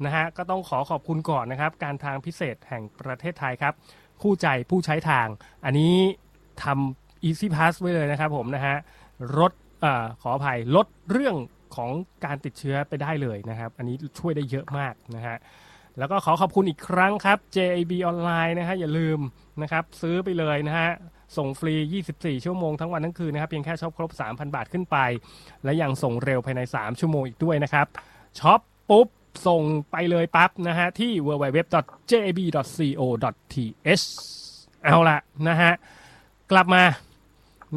S3: นะฮะก็ต้องขอขอบคุณก่อนนะครับ การทางพิเศษแห่งประเทศไทยครับ คู่ใจผู้ใช้ทาง อันนี้ ทำ Easy Pass ไว้เลยนะครับผมนะฮะลดเอ่อขออภัยลดเรื่องของการติดเชื้อไปได้เลยนะครับ อันนี้ช่วยได้เยอะมากนะฮะแล้วก็ขอขอบคุณอีกครั้งครับ JAB ออนไลน์นะฮะอย่าลืมนะครับซื้อไปเลยนะฮะส่งฟรี 24 ชั่วโมงทั้งวันทั้งคืนนะครับเพียงแค่ช็อปครบ 3,000 บาทขึ้นไป และยังส่งเร็วภายใน 3 ชั่วโมงอีกด้วยนะครับช็อปปุ๊บ ส่งไปเลยปั๊บนะฮะ ที่ www.jab.co.th เอาละนะฮะ กลับมา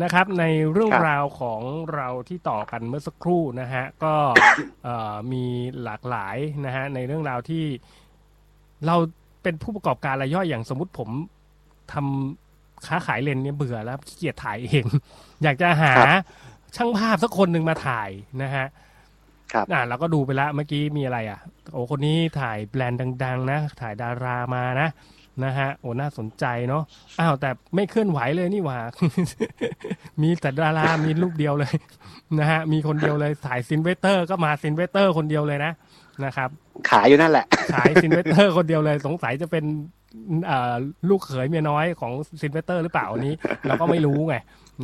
S3: นะครับในเรื่อง
S4: ครับ
S3: ราวของเราที่ต่อกันเมื่อสักครู่นะฮะ ก็ เอ่อมีหลากหลายนะฮะ ในเรื่องราวที่เราเป็นผู้ประกอบการรายย่อยอย่างสมมติผมทำค้าขายเลนส์เนี่ยเบื่อแล้วขี้เกียจถ่ายเอง อยากจะหา
S4: ครับ
S3: ช่างภาพสักคนหนึ่งมาถ่ายนะฮะ
S4: ครับ
S3: อ่ะเราก็ดูไปละเมื่อกี้มีอะไรอ่ะ โอ้คนนี้ถ่ายแบรนด์ดัง ๆ นะ ถ่ายดารามานะนะฮะโอ้น่าสนใจเนาะอ้าวแต่ไม่เคลื่อนไหวเลยนี่หว่า <laughs> มีแต่ดารามีรูปเดียวเลย นะฮะมีคนเดียวเลยถ่ายซินเวเตอร์ ก็มาซินเวเตอร์คนเดียวเลยนะนะครับ
S4: ขายอยู่นั่นแหละ
S3: ขายซินเวเตอร์คนเดียวเลยสงสัยจะเป็นเอ่อลูกเขยเมียน้อยของซินเวเตอร์หรือเปล่าอันนี้ เราก็ไม่รู้ไง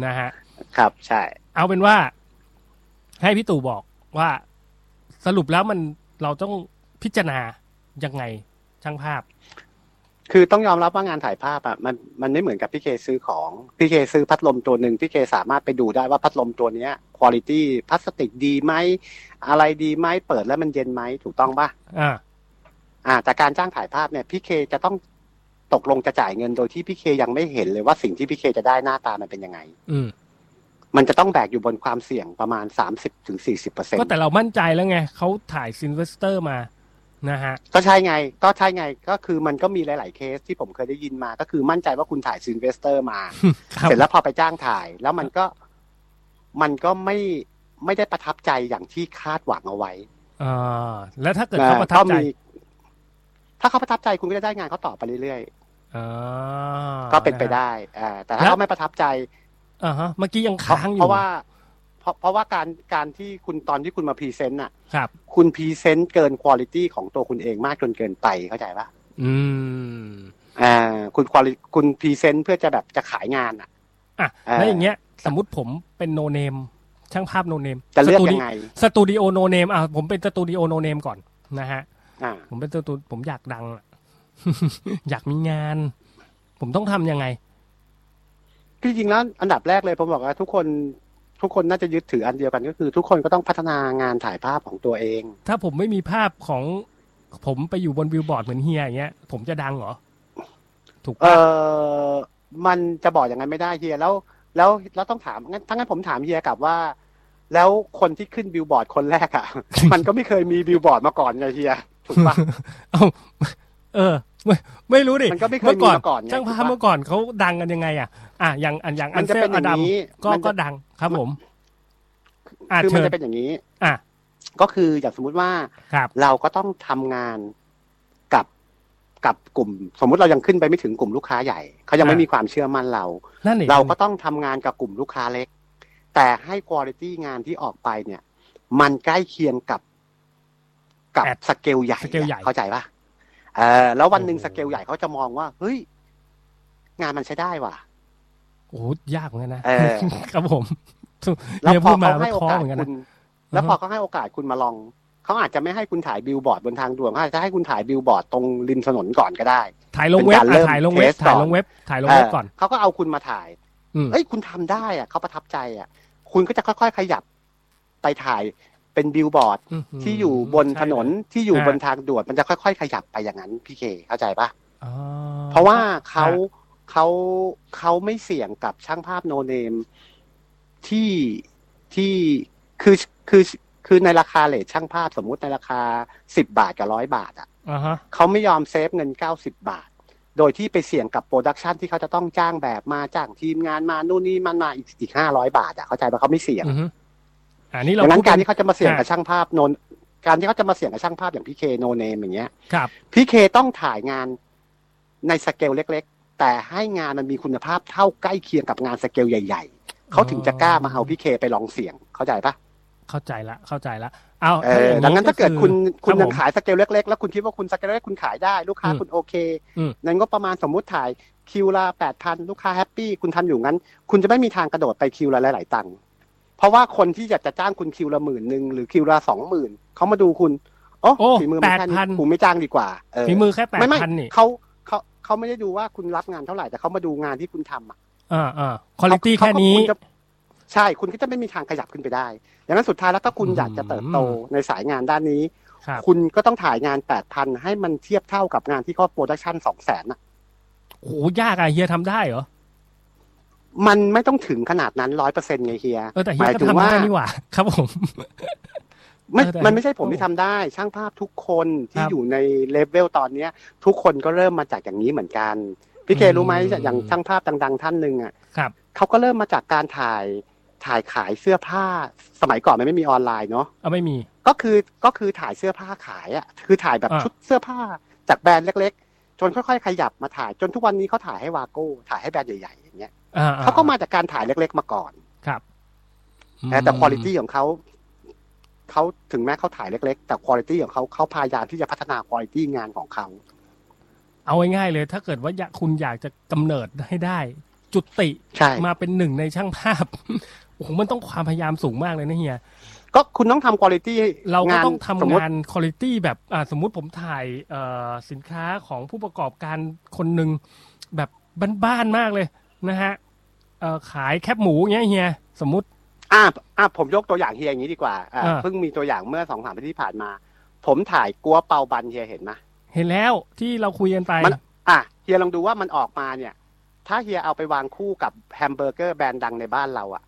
S3: นะฮะ
S4: ครับ ใช่
S3: เอาเป็นว่าให้พี่ตู่บอกว่าสรุปแล้วมันเราต้องพิจารณายังไงช่างภาพ
S4: คือต้องยอมรับว่างานถ่ายภาพอ่ะมันมันไม่เหมือนกับพี่เคซื้อของพี่เคซื้อพัดลมตัวหนึ่งพี่เคสามารถไปดูได้ว่าพัดลมตัวเนี้ยคุณภาพพลาสติกดีไหมอะไรดีไหมเปิดแล้วมันเย็นไหมถูกต้องป่ะ
S3: อ่า
S4: อ่าแต่การจ้างถ่ายภาพเนี่ยพี่เคจะต้องตกลงจะจ่ายเงินโดยที่พี่เคยังไม่เห็นเลยว่าสิ่งที่พี่เคจะได้หน้าตามันเป็นยังไง
S3: อืม
S4: มันจะต้องแบกอยู่บนความเสี่ยงประมาณ 30-40%ถึง40%เปอร์เซ็น
S3: ก็
S4: ต์
S3: แต่เรามั่นใจแล้วไงเขาถ่ายซินเวสเตอร์มา นะฮะ
S4: ก็ใช่ไง ก็ใช่ไง ก็คือมันก็มีหลาย ๆ เคสที่ผมเคยได้ยินมา ก็คือมั่นใจว่าคุณถ่ายซินเวสเตอร์มา
S3: ครับ
S4: เสร็จแล้วพอไปจ้างถ่าย แล้วมันก็ มันก็ไม่ไม่ได้ประทับใจอย่างที่คาดหวังเอาไว้
S3: อ่าแล้วถ้าเกิดเขาประทับใจ
S4: ก็มีถ้าเขาประทับใจคุณก็จะได้งานเขาต่อไปเรื่อย
S3: อ่า
S4: ๆ ก็เป็นไปได้อ่าแต่ถ้าเขาไม่ประทับใจ
S3: อ่าฮะเมื่อกี้ยัง
S4: เพราะ
S3: ค้างอยู่
S4: เพราะว่า เพราะเพราะว่าการการที่คุณตอนที่คุณมาพรีเซนต์น่ะ
S3: ครับ
S4: คุณพรีเซนต์เกินคุณภาพของตัวคุณเองมากจนเกินไปเข้าใจปะ
S3: อืม
S4: อ่าคุณควอลิคุณพรีเซนต์เพื่อจะแบบจะขายงานอ่ะ
S3: อ่ะ
S4: เอ่อ
S3: แล้วอย่างเงี้ย สมมติผมเป็นโนเนม ช่างภาพโนเนม
S4: จะเลือ
S3: ส
S4: ก
S3: ตู
S4: ยั
S3: ดิ
S4: งไง
S3: สตูดิโอโนเนมอ่ะผมเป็นสตูดิโอโนเนมก่อนนะฮะ
S4: อ่า
S3: ผมเป็นตัวตัวผมอยากดังอะ <laughs> อยากมีงาน ผมต้องทำยังไง
S4: คือจริงๆแล้วอันดับแรกเลยผมบอกว่าทุกคนทุกคนน่าจะยึดถืออันเดียวกันก็คือ ทุกคนก็ต้องพัฒนางานถ่ายภาพของตัวเอง
S3: ถ้าผมไม่มีภาพของ ผมไปอยู่บนวิวบอร์ดเหมือนเฮียอย่างเงี้ย ผมจะดังเหรอ ถูก
S4: เอ
S3: ปะ
S4: อมันจะบอกอย่างนั้นไม่ได้เฮียแล้ว แล้วเราต้องถามงั้นทั้างนั้นผมถามเฮียกลับว่า แล้วคนที่ขึ้นบิลบอร์ดคนแรกอ่ะ <laughs> มันก็ไม่เคยมีบิลบอร์ดมาก่อนไงเฮียถูกปะ
S3: เอ้าเออ ไม่ไม่รู้ดิ
S4: มันก็ไม่เคย
S3: เมื่อก่อน
S4: มีมาก่อนไง
S3: ช่างภาพ
S4: ถูกปะ
S3: เมื่อก่อนเขาดังกันยังไง อ่ะ อ่ะอย่างอันอย่างอั
S4: มัน น
S3: เซล
S4: จะเป็นอ
S3: อย่าง ดัม
S4: นี้
S3: ก็
S4: มันจะ
S3: ก็ดังครับผม อ่ะ
S4: คือมัน
S3: เชิญ
S4: จะเป็นอย่างนี้
S3: อ่ะ
S4: ก็คืออย่างสมมุติว่า
S3: ครับ
S4: เราก็ต้องทำงานกับกับกลุ่ม สมมุติเรายังขึ้นไปไม่ถึงกลุ่มลูกค้าใหญ่เขายังไม่
S3: อ่ามี
S4: มีความเชื่อมั่นเรา
S3: นั่นเอง
S4: เราก็ต้องทำงานกับกลุ่มลูกค้าเล็ก แต่ให้คุณภาพงานที่ออกไปเนี่ย มันใกล้เคียงกับกับสเกลใหญ่
S3: สเกลใหญ่
S4: เข้าใจปะเออแล้ววันหนึ่ง
S3: โอ้
S4: ส
S3: โห
S4: เกลใหญ่เขาจะมองว่าเฮ้ยงานมันใช้ได้ว่ะ
S3: โอ้โหยากเหมือนกันนะ
S4: เออ
S3: <laughs> ครับผม
S4: แล้ว
S3: เนี่ย
S4: พ
S3: พู
S4: อ
S3: ดมา
S4: เขาให้
S3: ท้อก
S4: โอาส
S3: เหมือนกัน
S4: คุ
S3: นะ
S4: ณ แล้วพอเขาให้โอกาสคุณมาลอง เขาอาจจะไม่ให้คุณถ่ายบิลบอร์ดบนทางด่วนเขาอาจจะให้คุณถ่ายบิลบอร์ดตรงริมถนนก่อนก็ได้
S3: ถ่ายลงเว็บ
S4: เป็นการ
S3: อ่ะ
S4: เริ่ม
S3: ถ่ายลงเว็บ
S4: เทสก่
S3: ถ่า
S4: อยน
S3: ลงเว็บ ถ่ายลงเว็บก่อน
S4: เเขาก็เอาคุณมาถ่าย
S3: อืม
S4: เอ้ยคุณทำได้อะเขาประทับใจอะคุณก็จะค่อยๆขยับไปถ่ายเป็นบิลบอร์ด
S3: อื้หื
S4: ที่อยู่บนถนน
S3: ใช่เลย
S4: ที่อยู่
S3: อ่า
S4: บนทางด่วนมันจะค่อยๆ ขยับไปอย่างนั้นพี่เคเข้าใจปะ
S3: อ๋อ
S4: เพราะว่าเขา
S3: อ่า
S4: เขาเขาไม่เสี่ยงกับช่างภาพโนเนมที่ที่คือคือคือในราคาเลทช่างภาพสมมุติในราคาสิบบาทกับร้อยบาทอะ
S3: อ่าฮะ
S4: เขาไม่ยอมเซฟเงิน 90 บาท โดยที่ไปเสี่ยงกับโปรดักชันที่เขาจะต้องจ้างแบบมาจ้างทีมงานมานู่นนี่มันมาอีกอีกห้าร้อยบาทอ่ะเข้าใจปะเขาไม่เสี่ยง
S3: อือฮึอันนี้เรา
S4: ดังนั้
S3: พูด
S4: นการที่เขาจะมาเสี่ยง
S3: อ่
S4: กับช่างภาพโนนการที่เขาจะมาเสี่ยงกับช่างภาพอย่างพี่เคโนเนมอย่างเงี้ย
S3: ครับ
S4: พี่เคต้องถ่ายงานในสเกลเล็ก ๆ แต่ให้งานมันมีคุณภาพเท่าใกล้เคียงกับงานสเกลใหญ่ ๆเขาถึงจะกล้ามาเอาพี่เคไปลองเสี่ยงเข้าใจปะ
S3: เข้าใจละ เข้าใจละ เอา
S4: เอ
S3: ถ้า
S4: อ
S3: อย่า
S4: ดังนั้นถ้าเกิด
S3: อ
S4: คุณคุณ
S3: รับ
S4: ยัง
S3: ผม
S4: ขายสเกลเล็ก ๆ แล้วคุณคิดว่าคุณสเกลเล็กๆคุณขายได้ลูกค้า
S3: อืม
S4: คุณโอเค
S3: อืม
S4: นั้นก็ประมาณสมมุติถ่าย คิวละแปดพันลูกค้าแฮปปี้คุณทำอยู่งั้น คุณจะไม่มีทางกระโดดไปคิวละหลายๆตังค์เพราะว่าคนที่อยากจะจ้างคุณคิวละหมื่นหนึ่งหรือคิวละสองหมื่นเขามาดูคุณโอ้
S3: โอ้
S4: ฝีมือมันแค่นี้
S3: 8,000
S4: กูไม่จ้างดีกว่าเออ
S3: ฝีมือแค่แปด
S4: ไม่ไม่
S3: พันนี่
S4: เขาเขาเขาไม่ได้ดูว่าคุณรับงานเท่าไหร่แต่เขามาดูงานที่คุณทำอ่ะ
S3: อ่าอ่าคุณภาพ
S4: เขา
S3: แค่นี้
S4: เขาก็ณจะใช่คุณก็จะไม่มีทางขยับขึ้นไปได้ดังนั้นสุดท้ายแล้วถ้าคุณ
S3: อืม
S4: อยากจะเติบโตในสายงานด้านนี้
S3: ครับ
S4: คุณก็ต้องถ่ายงานแปดพันให้มันเทียบเท่ากับงานที่เขาโปรดักชั่นสองแสนอ่ะ
S3: โหยากอะเฮียทำได้เหรอ
S4: มันไม่ต้องถึงขนาดนั้นร้อยเปอร์เซ็นต์ไงเฮีย
S3: เออแต่เฮีย
S4: หมาย
S3: ก็
S4: ถึง
S3: ทำ
S4: ว่า
S3: ได้นี่หว่า ครับผม <laughs>
S4: ไม่
S3: เออแต่
S4: มันไม่ใช่ผมที่ทำได้ ช่างภาพทุกคน
S3: ค
S4: ที่
S3: รับ
S4: อยู่ในเลเวลตอนเนี้ย ทุกคนก็เริ่มมาจากอย่างนี้เหมือนกันพี่เก
S3: อืม
S4: รู้ไหมอย่างช่างภาพดัง ๆ ท่านหนึ่งอ่ะ
S3: ครับ
S4: เขาก็เริ่มมาจากการถ่ายถ่ายขายเสื้อผ้า สมัยก่อนมันไม่มีออนไลน์เนาะ
S3: เอาไม่มี
S4: ก็คือก็คือถ่ายเสื้อผ้าขายอะ่ะคือถ่ายแบบ
S3: อ่า
S4: ชุดเสื้อผ้าจากแบรนด์เล็ก ๆ จนค่อยๆ ขยับมาถ่ายจนทุกวันนี้เขาถ่ายให้วาโก้ถ่ายให้แบรนด์ใหญ่ๆอย่างเงี้ย
S3: อ่า
S4: เขาก็มาจากการถ่ายเล็ก ๆ มาก่อน
S3: ครับ
S4: นะแต่คุณภาพของเขาเขาถึงแม้เขาถ่ายเล็ก ๆ แต่คุณภาพของเขาเขาพยายามที่จะพัฒนาคุณภาพงานของเขา
S3: เอาง่ายๆเลย ถ้าเกิดว่าอยากคุณอยากจะกำเนิดให้ได้ จุติ
S4: ใช่
S3: มาเป็นหนึ่งในช่างภาพ <laughs> โอ้โหมันต้องความพยายามสูงมากเลยนะเฮีย
S4: ก็คุณต้องทำคุณภาพ
S3: เราก็ต้องทำ
S4: สมมติ
S3: งานคุณภาพแบบอ่าสมมุติผมถ่ายเอ่อสินค้าของผู้ประกอบการคนหนึ่งแบบบ้านๆมากเลยนะฮะเอ่อขายแคบหมูเงี้ยเฮีย สมมุติ
S4: อ่าอ่าผมยกตัวอย่างเฮียอย่างนี้ดีกว่าอ่า
S3: อ่า
S4: เพิ่งมีตัวอย่างเมื่อสองสามปีที่ผ่านมา ผมถ่ายกัวเปาบันเฮียเห็นไหม
S3: เห็นแล้วที่เราคุยกันไป
S4: มัน อ่ะเฮียลองดูว่ามันออกมาเนี่ย ถ้าเฮียเอาไปวางคู่กับแฮมเบอร์เกอร์แบรนด์ดังในบ้านเราอะ่ะ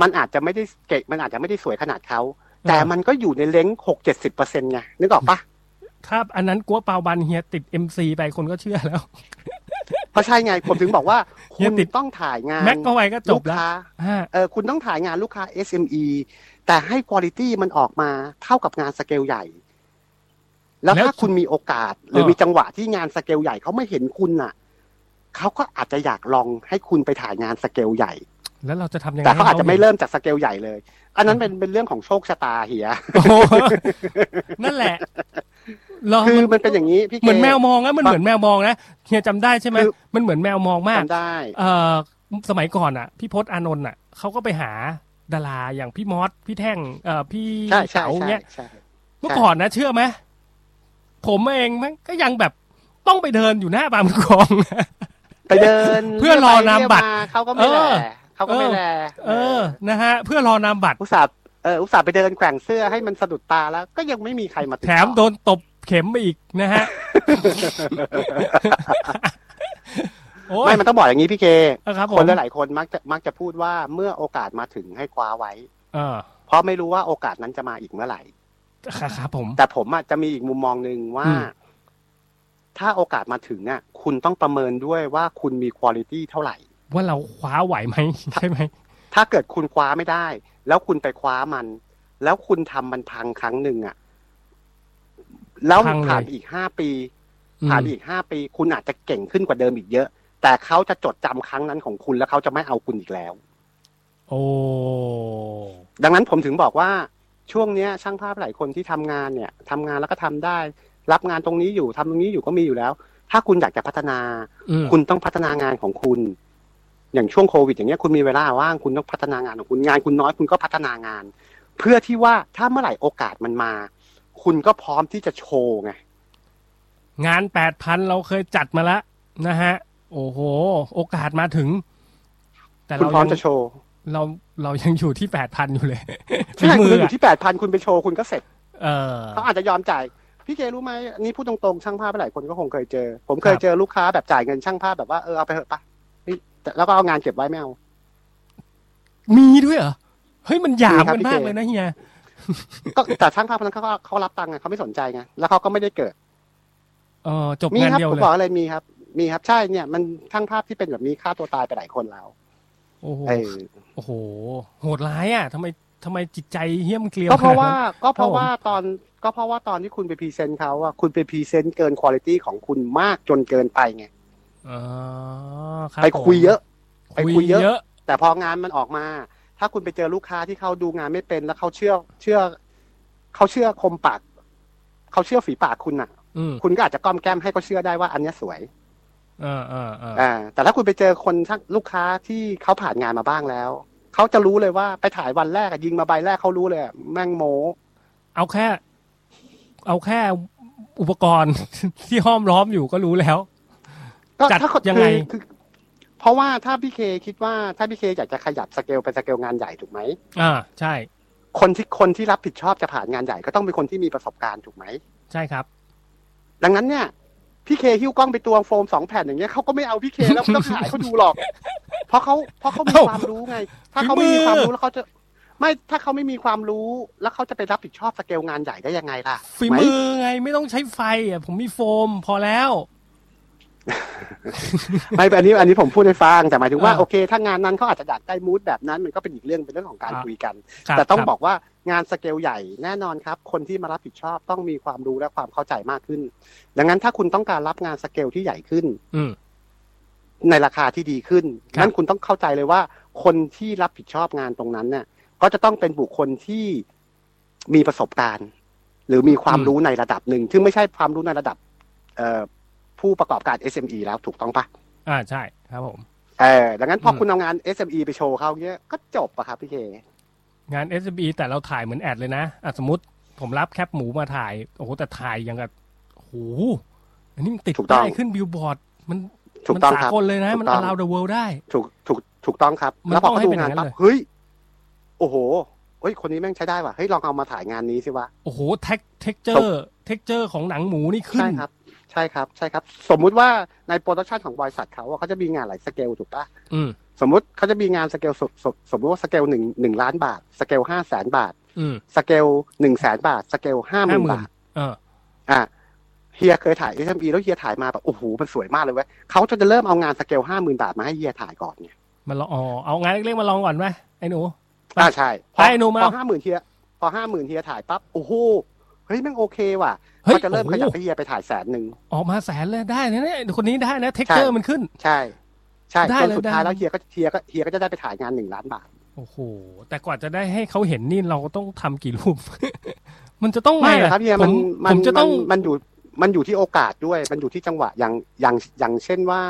S4: มันอาจจะไม่ได้เก่งมันอาจจะไม่ได้สวยขนาดเขา แต่มันก็อยู่ในเลงหกเจ็ดสิบเปอร์เซ็นต์ไงนึกออกปะ
S3: ถ้าอันนั้นกัวเปาบันเฮียติด MC ไปคนก็เชื่อแล้ว
S4: เพราะใช่ไงผมถึงบอกว่า คุ
S3: เฮีย
S4: ณ
S3: ติด
S4: ต้องถ่ายงาน
S3: แม็กก็ไว้ก็จ
S4: ลู
S3: บ
S4: ก
S3: แล้ว
S4: ค้า
S3: ฮะ
S4: เออคุณต้องถ่ายงานลูกค้า SME แต่ให้คุณภาพมันออกมาเท่ากับงานสเกลใหญ่ แล้วถ้าคุณมีโอกาส หรือมีจังหวะที่งานสเกลใหญ่เขาไม่เห็นคุณน่ะเขาก็อาจจะอยากลองให้คุณไปถ่ายงานสเกลใหญ่
S3: แล้วเราจะทำยังไง
S4: แต่เขาอาจจะไม่
S3: ให้
S4: เริ่มจากสเกลใหญ่เลย อันนั้นเป็นเป็นเรื่องของโชคชะตาเหีย
S3: โอ้โห <laughs> นั่นแหละเรา
S4: คือมันเป็นอย่างนี้พี่เก
S3: เหมือนแมวมองนะมันเหมือนแมวมองนะเฮียจำได้ใช่ไหม
S4: คือ
S3: มันเหมือนแมวมองมาก
S4: จำได้
S3: เอ่อสมัยก่อนอ่ะ พี่พศอานนท์อ่ะเขาก็ไปหาดาราอย่างพี่มอสพี่แท่งเอ่อพี่
S4: ใช่ใช่
S3: เต๋า
S4: ใช่
S3: เนี้ย
S4: ใช่
S3: เมื่อก่อนนะเชื่อไหมผมเองมันก็ยังแบบต้องไปเดินอยู่หน้าบางกอง
S4: ไปเดิน
S3: เพื่อรอนามบัตร
S4: เยกมาเขาก็ไม่แล
S3: เออ
S4: เขาก็ไม่แล
S3: เออนะฮะ เพื่อรอนามบัตร
S4: อุตส่าห์เอออุตส่าห์ไปเดินแกว่งเสื้อให้มันสะดุดตาแล้ว ก็ยังไม่มีใครมาติด
S3: แถมโด
S4: ต่อน
S3: ตบเข็มไปอีกนะ
S4: <laughs>
S3: ฮะ โอ้ย
S4: ไม่มันต้องบอกอย่างนี้พี่เค
S3: เออครับผ
S4: ค
S3: ม
S4: นหลายๆคนมักจะมักจะพูดว่าเมื่อโอกาสมาถึงให้คว้าไว้
S3: เออ
S4: เพราะไม่รู้ว่าโอกาสนั้นจะมาอีกเมื่อไหร่
S3: ครับครับผม
S4: แต่ผมอะจะมีอีกมุมมองหนึ่งว่า
S3: อืม
S4: ถ้าโอกาสมาถึงอ่ะ คุณต้องประเมินด้วยว่าคุณมีคุณภาพเท่าไหร่
S3: ว่าเราคว้าไหวไหม <laughs> ใช่ไหม
S4: ถ้าเกิดคุณคว้าไม่ได้ แล้วคุณไปคว้ามัน แล้วคุณทำมันพังครั้งหนึ่งอ่ะ แล้วผ่านไปอีกห้าปี
S3: อืม
S4: ผ่านไปอีกห้าปี คุณอาจจะเก่งขึ้นกว่าเดิมอีกเยอะ แต่เขาจะจดจำครั้งนั้นของคุณแล้วเขาจะไม่เอาคุณอีกแล้ว
S3: โอ้
S4: ดังนั้นผมถึงบอกว่าช่วงเนี้ย ช่างภาพหลายคนที่ทำงานเนี่ยทำงานแล้วก็ทำได้ รับงานตรงนี้อยู่ทำตรงนี้อยู่ก็มีอยู่แล้ว ถ้าคุณอยากจะพัฒนา
S3: อืม
S4: คุณต้องพัฒนางานของคุณ อย่างช่วงโควิดอย่างเงี้ยคุณมีเวลาว่างคุณต้องพัฒนางานของคุณงานคุณน้อยคุณก็พัฒนางาน เพื่อที่ว่าถ้าเมื่อไหร่โอกาสมันมา คุณก็พร้อมที่จะโชว์ไง
S3: งานแปดพันเราเคยจัดมาแล้วนะฮะ โอ้โห โอกาสมาถึง แต่
S4: คุณ
S3: เรา
S4: พร้อม
S3: ยัง
S4: จะโชว์
S3: เราเรายังอยู่ที่แปดพันอยู่เลยฝี
S4: <laughs> ใช่คุณ
S3: มือ
S4: ไปอ
S3: อะ
S4: ยู่ที่แปดพันคุณไปโชว์คุณก็เสร็จ
S3: เออ
S4: เขาอาจจะยอมจ่ายพี่เจรู้ไหมอันนี่พูดตรงๆช่างภาพหลายคนก็คงเคยเจอ ผม
S3: ค
S4: เคย
S3: รับ
S4: เจอลูกค้าแบบจ่ายเงินช่างภาพแบบว่าเออเอาไปเถอะปะเฮ้ยแต่แล้วก็เอางานเก็บไว้ไม่เอา
S3: มีด้วยเหรอ เฮ้ยมันหยาม
S4: มีครับ
S3: กัน
S4: พี่
S3: มาก
S4: เจ
S3: เลยนะเฮีย
S4: ก็แต่ช่างภาพคนนั้นเขาก็เขารับตังค์ไงเขาไม่สนใจไงแล้วเขาก็ไม่ได้เกิด
S3: เออจบ
S4: มี
S3: งาน
S4: ครับ
S3: เดียว
S4: ผม
S3: เลย
S4: บอกอะไรมีครับ มีครับใช่เนี่ยมันทั้งภาพที่เป็นแบบนี้ฆ่าตัวตายไปหลายคนแล้ว
S3: โอ้โห
S4: เออ
S3: โอ้โห โหดร้ายอ่ะทำไมทำไมจิตใจเหี้ยมเกลียว
S4: ก็เพราะ
S3: ขนด
S4: ว่า
S3: นั้น
S4: ก็เพราะ
S3: ครับผม
S4: ว่าตอนก็เพราะว่าตอนที่คุณไปพรีเซนต์เขาอะคุณไปพรีเซนต์เกินคุณภาพของคุณมากจนเกินไปไง
S3: อ๋อรับ
S4: ไปคุยเยอะ
S3: ผม
S4: ไปคุยเยอะ
S3: เยอะ
S4: แต่พองานมันออกมา ถ้าคุณไปเจอลูกค้าที่เขาดูงานไม่เป็นแล้วเขาเชื่อเชื่อเขาเชื่อคมปากเขาเชื่อฝีปากคุณอะ
S3: อืม
S4: คุณก็อาจจะก้อมแก้มให้เขาเชื่อได้ว่าอันเนี้ยสวย
S3: เออเออเออ
S4: อ่าแต่ถ้าคุณไปเจอคนทักลูกค้าที่เขาผ่านงานมาบ้างแล้ว เขาจะรู้เลยว่าไปถ่ายวันแรกอะยิงมาใบแรกเขารู้เลยอะแม่งโม
S3: เอาแค่ เอาแค่อุปกรณ์ <laughs> ที่ห้อมล้อมอยู่ก็รู้แล้ว
S4: ก็
S3: จัด
S4: ถ้าคน
S3: ยังไง
S4: คือคือเพราะว่าถ้าพี่เคคิดว่าถ้าพี่เคอยากจะขยับสเกลเป็นสเกลงานใหญ่ถูกไหม
S3: อ่าใช่
S4: คนที่คนที่รับผิดชอบจะผ่านงานใหญ่ก็ต้องเป็นคนที่มีประสบการณ์ถูกไหม
S3: ใช่ครับ
S4: ดังนั้นเนี่ยพี่เคหิ้วกล้องไปตัวงโฟมสองแผ่นอย่างเงี้ยเขาก็ไม่เอาพี่เคแล้วก็ขายเขาดูหร
S3: <laughs>
S4: อก เพราะเขาเพราะเขามี
S3: เอ้า
S4: ความรู้ไง ถ้าเขาไม่มี
S3: ฝีมือ
S4: ความรู้แล้วเขาจะไม่ถ้าเขาไม่มีความรู้แล้วเขาจะไปรับผิดชอบสเกลงานใหญ่ได้ยังไงล่ะ
S3: ฝี
S4: ไห
S3: มือไงไม่ต้องใช้ไฟอ่ะผมมีโฟมพอแล้ว
S4: ไม่อันนี้อันนี้ผมพูดให้ฟังแต่หมายถึงว่า
S3: เออ
S4: โอเค ถ้างานนั้นเขาอาจจะอยากได้มูดแบบนั้น มันก็เป็นอีกเรื่องเป็นเรื่องของการ
S3: อ่ะ
S4: คุยกัน
S3: ครั
S4: แต่ต้อง
S3: ครั
S4: บอกว่างานสเกลใหญ่แน่นอนครับ คนที่มารับผิดชอบต้องมีความรู้และความเข้าใจมากขึ้น ดังนั้นถ้าคุณต้องการรับงานสเกลที่ใหญ่ขึ้น
S3: อืม
S4: ในราคาที่ดีขึ้น
S3: ครับ
S4: นั่นคุณต้องเข้าใจเลยว่า คนที่รับผิดชอบงานตรงนั้นเนี่ยก็จะต้องเป็นบุคคลที่มีประสบการณ์ หรือมีความรู้ในระดับหนึ่งซึ่งไม่ใช่ความรู้ในระดับ เอ่อผู้ประกอบการ SME แล้วถูกต้องปะ
S3: อ่าใช่ครับผม
S4: เออดังนั้นพออ
S3: ม
S4: คุณเอางาน SME ไปโชว์เขาเนี้ยก็จบอะครับพี่เค
S3: งาน s อ b แต่เราถ่ายเหมือนแอดเลยนะอ่ะสมมติผมรับแคปหมูมาถ่าย โอ้โห แต่ถ่ายอย่างกับโอ้โหอันนี้มันติด
S4: ถูกต้อง
S3: ป้ายขึ้นบิลบอร์ด มัน
S4: ถูก
S3: มั
S4: ต้อง
S3: สา
S4: ครับ
S3: กลเลยนะ
S4: ถูก
S3: มัน
S4: ต้อง
S3: around the world ได้
S4: ถูกถูกถูกต้องครับ
S3: มัน
S4: แล้วพอเขา
S3: ต้องให้เป็นอง
S4: ดูาน
S3: ย่างนั้น
S4: ปั๊บ
S3: เลย
S4: เฮ้ย โอ้โหเฮ้ยคนนี้แม่งใช้ได้ว่ะเฮ้ยลองเอามาถ่ายงานนี้สิวะ
S3: โอ้โหแท็กเท็กเจอร์เท็กเจอร์ของหนังหมูนี่ขึ้น
S4: ใช่ครับ ใช่ครับ ใช่ครับ สมมุติว่าในโปรดักชันของบริษัทเขาอะเขาจะมีงานหลายสเกลถูกปะ
S3: อืม
S4: สมมติเขาจะมีงานสเกลสสสมมติว่าสเกลหนึ่งหนึ่งล้านบาท สเกลห้าแสนบาท
S3: อืม
S4: สเกลหนึ่งแสนบาท สเกลห้าหมื่นบาท
S3: เออ
S4: อ่ะเฮียเคยถ่าย SME แล้วเฮียถ่ายมาแบบโอ้โหมันสวยมากเลยเว้ยเขาจะเริ่มเอางานสเกลห้าหมื่นบาทมาให้เฮียถ่ายก่อนไง
S3: มันลองอ๋อเอางานเล็กๆมาลองก่อนไหมไอ้หนู
S4: อ่าใช่พอ
S3: ไปหนูมา
S4: พอห้าหมื่นเฮียพอห้าหมื่นเฮียถ่ายปั๊บโอ้โหเฮ้ยแม่งโอเคว่ะ
S3: เฮ้ย
S4: ก็จะเริ่มขยับ
S3: โอ้โห
S4: ให้เฮียไปถ่ายแสนหนึ่ง
S3: ออกมาแสนเลยได้นะเนี่ยคนนี้ได้นะเท็กเจอร์มันขึ้น
S4: ใช่ ใช่
S3: ได้
S4: จน
S3: เลย
S4: สุดท้าย
S3: ได้
S4: แล้วเฮียก็เฮียก็เฮียก็จะได้ไปถ่ายงานหนึ่งล้านบาท
S3: โอ้โห แต่กว่าจะได้ให้เขาเห็นนี่เราต้องทำกี่รูป <laughs> มันจะต้อง
S4: ไม่
S3: ง
S4: หรอกครับเฮียมั
S3: ผ
S4: น
S3: ม
S4: มั
S3: ผ
S4: น
S3: มจะต้อง
S4: มันมันอยู่มันอยู่ที่โอกาสด้วย มันอยู่ที่จังหวะอย่างอย่างอย่างเช่นว่า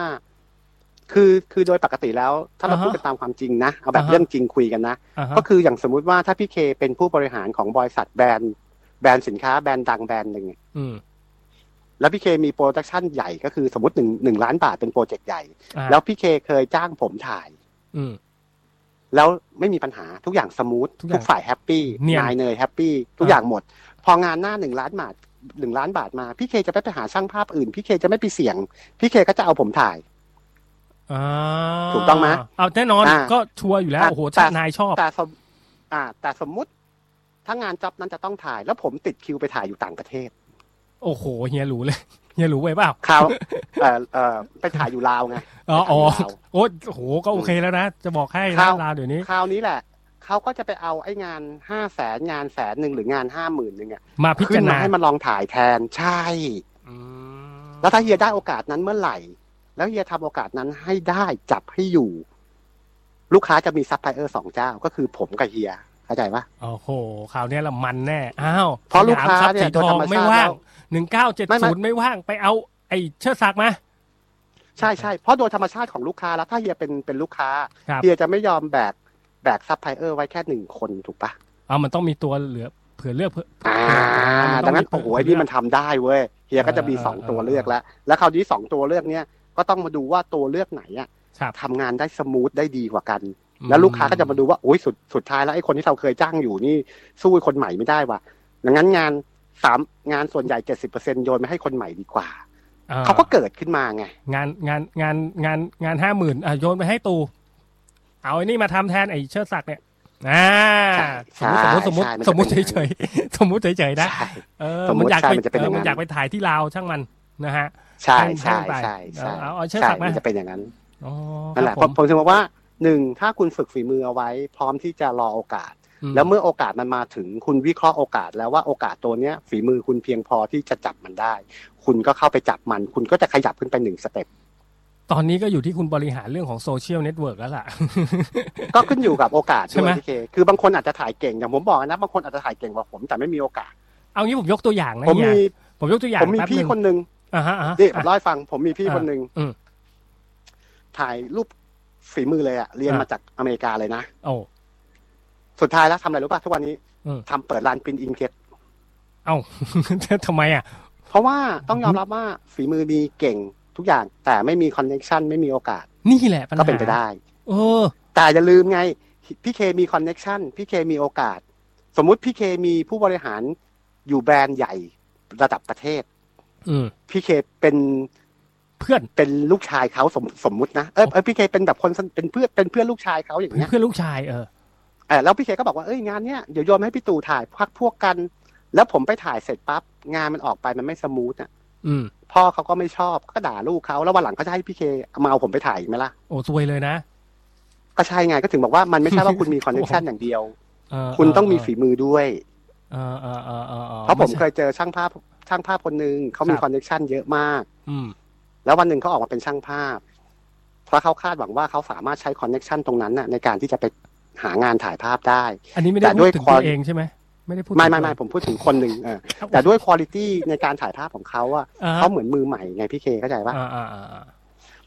S4: คือคือโดยปกติแล้ว ถ้าเรา
S3: อ่าฮะ
S4: พูดกันตามความจริงนะเอาแบบ
S3: อ่าฮะ
S4: เรื่องจริงคุยกันนะ
S3: อ่าฮะ
S4: ก็คืออย่างสมมุติว่าถ้าพี่เคเป็นผู้บริหารของบริษัทแบรนด์แบรนด์สินค้าแบรนด์ดังแบรนด์หนึ่งอะ
S3: อืม
S4: แล้วพี่เคมีโปรดักชันใหญ่ก็คือสมมติหนึ่งหนึ่งล้านบาทเป็นโปรเจกต์ใหญ่
S3: อ่า
S4: แล้วพี่เคเคยจ้างผมถ่าย
S3: อืม
S4: แล้วไม่มีปัญหาทุกอย่างสมูท
S3: ทุกอย่าง
S4: ทุกฝ่ายแฮปปี้
S3: เนียน
S4: นายเนยแฮปปี้ทุกอย่างหมด พองานหน้าหนึ่งล้านบาทหนึ่งล้านบาทมา พี่เคจะไม่ไปหาช่างภาพอื่น พี่เคจะไม่ไปเสี่ยง พี่เคก็จะเอาผมถ่าย
S3: อ่า
S4: ถูกต้องไหม
S3: เอาแน่นอน
S4: อ่า
S3: ก็ชัวร์อยู่แล้ว
S4: อ่ะ
S3: โอ้โห
S4: แต่
S3: ชาตินายชอบ
S4: แต่สมอ่า แต่สมมุติถ้างานจ็อบนั้นจะต้องถ่าย แล้วผมติดคิวไปถ่ายอยู่ต่างประเทศ
S3: โอ้โหเฮียหรูเลย <laughs> เฮียหรูไปเปล่า
S4: เขา
S3: <laughs>
S4: ว เอ่อเอ่อไปถ่ายอยู่ลาวไง
S3: อ๋ออ๋อ
S4: ไปทางลาว
S3: โอ้โหก็โอเคแล้วนะ จะบอกให้
S4: ครั
S3: ร้า
S4: บ
S3: นลาวเดี๋ยวนี้
S4: คราวนี้แหละเขาก็จะไปเอาไอ้งานห้าแสนงานแสนหนึ่งหรืองานห้าหมื่นหนึ่งอะ
S3: มาพิ
S4: ขึ้
S3: จาร
S4: นมา
S3: ณา
S4: ให้มันลองถ่ายแทนใช่
S3: อืม
S4: แล้วถ้าเฮียได้โอกาสนั้นเมื่อไหร่ แล้วเฮียทำโอกาสนั้นให้ได้จับให้อยู่ ลูกค้าจะมีซัพพลายเออร์สองเจ้า ก็คือผมกับเฮียเข้าใจปะ
S3: โอ้โหคราวเนี้ยละมันแน่อ้าว
S4: เพราะลูกค้า
S3: สม
S4: เนี่ย
S3: สีท
S4: โดย
S3: อ
S4: ธรง รมชาติ
S3: ไม่ว่าง
S4: แล้ว
S3: หนึ่งเก้าเจ็ด
S4: ไม่ไม่
S3: ศูนย์ไม่ว่างไปเอา ไอ้เชิดศักดิ์มา
S4: ใช่ใช่เพราะโดยธรรมชาติของลูกค้าแล้วถ้าเฮียเป็นเป็นลูกค้า
S3: ครับ
S4: เฮียจะไม่ยอมแบกแบกซัพพลายเออร์ไว้แค่หนึ่งคนถูกปะ
S3: เอามันต้องมีตัวเหลือเผื่อเลือกเผื่อ
S4: อ่า
S3: มั
S4: ดังนั้น
S3: ต้มี
S4: โอ้โหไอ้นี่มันทำได้เว้ยเฮียก็จะมี
S3: เออ
S4: สอง
S3: เออ
S4: ตัวเลือกแล้ว แล้วคราวนี้สองตัวเลือกเนี้ยก็ต้องมาดูว่าตัวเลือกไหนอะ
S3: ครับ
S4: ทำงานได้สมูทได้ดีกว่ากัน แล้วลูกค้าก็จะมาดูว่าโอ้ยสุดสุดท้ายแล้วไอ้คนที่เราเคยจ้างอยู่นี่สู้ไอ้คนใหม่ไม่ได้ว่ะดังนั้นงานสามงานส่วนใหญ่เจ็ดสิบเปอร์เซ็นโยนไปให้คนใหม่ดีกว่า
S3: อ่
S4: เขาก็เกิดขึ้นมาไง
S3: งานงานงานงานงานห้าหมื่นอ่ะโยนไปให้ตู เอาไอ้นี่มาทำแทนไอ้เชิดศักดิ์เนี่ยอ่าส
S4: ใช่
S3: มมติสมมติ
S4: ใช่
S3: สมมติ
S4: ใช่
S3: สม
S4: มัน
S3: มติเฉ
S4: จะ
S3: ยๆ สมมติ
S4: เป็น
S3: เฉยๆ <laughs> นะ
S4: ใช่
S3: เออ
S4: สมมุติ
S3: อยาก
S4: ใช่
S3: ไป
S4: มันจะเป็น
S3: เอ
S4: อย่า
S3: อง
S4: นั้
S3: มั
S4: น
S3: นอยากไปถ่ายที่ลาวช่างมันนะฮะ
S4: ใช่
S3: ใช่
S4: ใช่
S3: ไป
S4: ใช่ใช่
S3: เอาเอาเชิด
S4: ใช่
S3: ศักดิ์มามั
S4: นจะเป็นอย่างนั้น
S3: อ๋อค
S4: นั่นแห
S3: รับ
S4: ละผมผมถึงบอกว่าหนึ่งถ้าคุณฝึกฝีมือเอาไว้ พร้อมที่จะรอโอกาส
S3: ม
S4: แล้วเมื่อโอกาสมันมาถึงคุณวิเคราะห์โอกาสแล้วว่าโอกาสตัวเนี้ย ฝีมือคุณเพียงพอที่จะจับมันได้ คุณก็เข้าไปจับมัน คุณก็จะขยับขึ้นไปหนึ่งสเต็ป
S3: ตอนนี้ก็อยู่ที่คุณบริหารเรื่องของโซเชียลเน็ตเวิร์กแล้วล่ะ <laughs>
S4: ก็ขึ้นอยู่กับโอกาส
S3: ใช่
S4: ด้
S3: ไห
S4: ว
S3: ม
S4: ยพี่เค คือบางคนอาจจะถ่ายเก่งอย่างผมบอกนะ บางคนอาจจะถ่ายเก่งกว่าผมแต่ไม่มีโอกาส
S3: เอางี้ผมยกตัวอย่างนะ
S4: ผม
S3: เฮีย
S4: มี
S3: ผมยกตัวอย่าง
S4: ผมมี
S3: แป๊บ
S4: พี่
S3: หนึง
S4: คนหนึ่ง
S3: อ่าฮะอ่าฮะ
S4: นี่ผมเล่าให้ฟัง ผมมีพี่คนหนึ่ง
S3: อืม
S4: ถ่ายรูปฝีมือเลยอะเรียน
S3: อ่ะ
S4: มาจากอเมริกาเลยนะ
S3: โอ้
S4: สุดท้ายแล้วทำอะไรรู้ป่ะทุกวันนี้
S3: เออ
S4: ทำเปิดร้านปรินท์อินเกต
S3: เอ้า <laughs> ทำไมอ่ะ
S4: เพราะว่าต้องยอมรับว่าฝีมือดีเก่งทุกอย่าง แต่ไม่มีคอนเนคชันไม่มีโอกาส
S3: นี่แหละปัญหา
S4: ก็เป็นไปได้
S3: เออ
S4: แต่อย่าลืมไง พี่เคมีคอนเน็ชันพี่เคมีโอกาส สมมุติพี่เคมีผู้บริหารอยู่แบรนด์ใหญ่ระดับประเทศ
S3: อืม
S4: พี่เคเป็น
S3: เพื่อน
S4: เป็นลูกชายเขาสมสมมุตินะเออเออพี่เคเป็นแบบคนสนเป็นเพื่อนเป็นเพื่อนลูกชายเขาอย่างเงี้ย
S3: เพื่อนลูกชายเออ
S4: เออแล้วพี่เคก็บอกว่าเอ้ยงานเนี้ยเดี๋ยวโยนให้พี่ตู่ถ่ายพักพวกกัน แล้วผมไปถ่ายเสร็จปั๊บงานมันออกไปมันไม่สมูทอ่ะ
S3: อืม
S4: พ่อเขาก็ไม่ชอบก็ด่าลูกเขาแล้ววันหลังเขาจะให้พี่เคมาเอาผมไปถ่ายอีกไหมล่ะ
S3: โอ้ซวยเลยนะ
S4: ก็ใช่ไงก็ถึงบอกว่ามันไม่ใช่
S3: <laughs>
S4: ว่าคุณมีคอนเน็ชันอย่างเดียว
S3: เออ
S4: คุณต้องมี
S3: เเ
S4: ฝีมือด้วย
S3: เออเออเออเออออ
S4: เพราะผม
S3: ไใช่
S4: เคยเจอช่างภาพช่างภาพคนหนึ่งเขามี
S3: ครับ
S4: คอนเนคชันเยอะมาก
S3: อืม
S4: แล้ววันหนึ่งเขาออกมาเป็นช่างภาพ เพราะเขาคาดหวังว่าเขาสามารถใช้คอนเนคชันตรงนั้นน่ะในการที่จะไปหางานถ่ายภาพได้
S3: อันนี้ไม่ได้
S4: แต่ด้
S3: พู
S4: วย
S3: ดถึง
S4: ควา
S3: ตั
S4: ม
S3: วเองใช่ไหมไม่ได้พูด
S4: ไม่ไม่ไม่ผมพูดถึงคนหนึ่งเออแต่ด้วยคุณภาพในการถ่ายภาพของเขาอะเขา
S3: เขา
S4: เหมือนมือใหม่ไงพี่เคเข้าใจปะ
S3: อ่าอ่าอ่าอ่า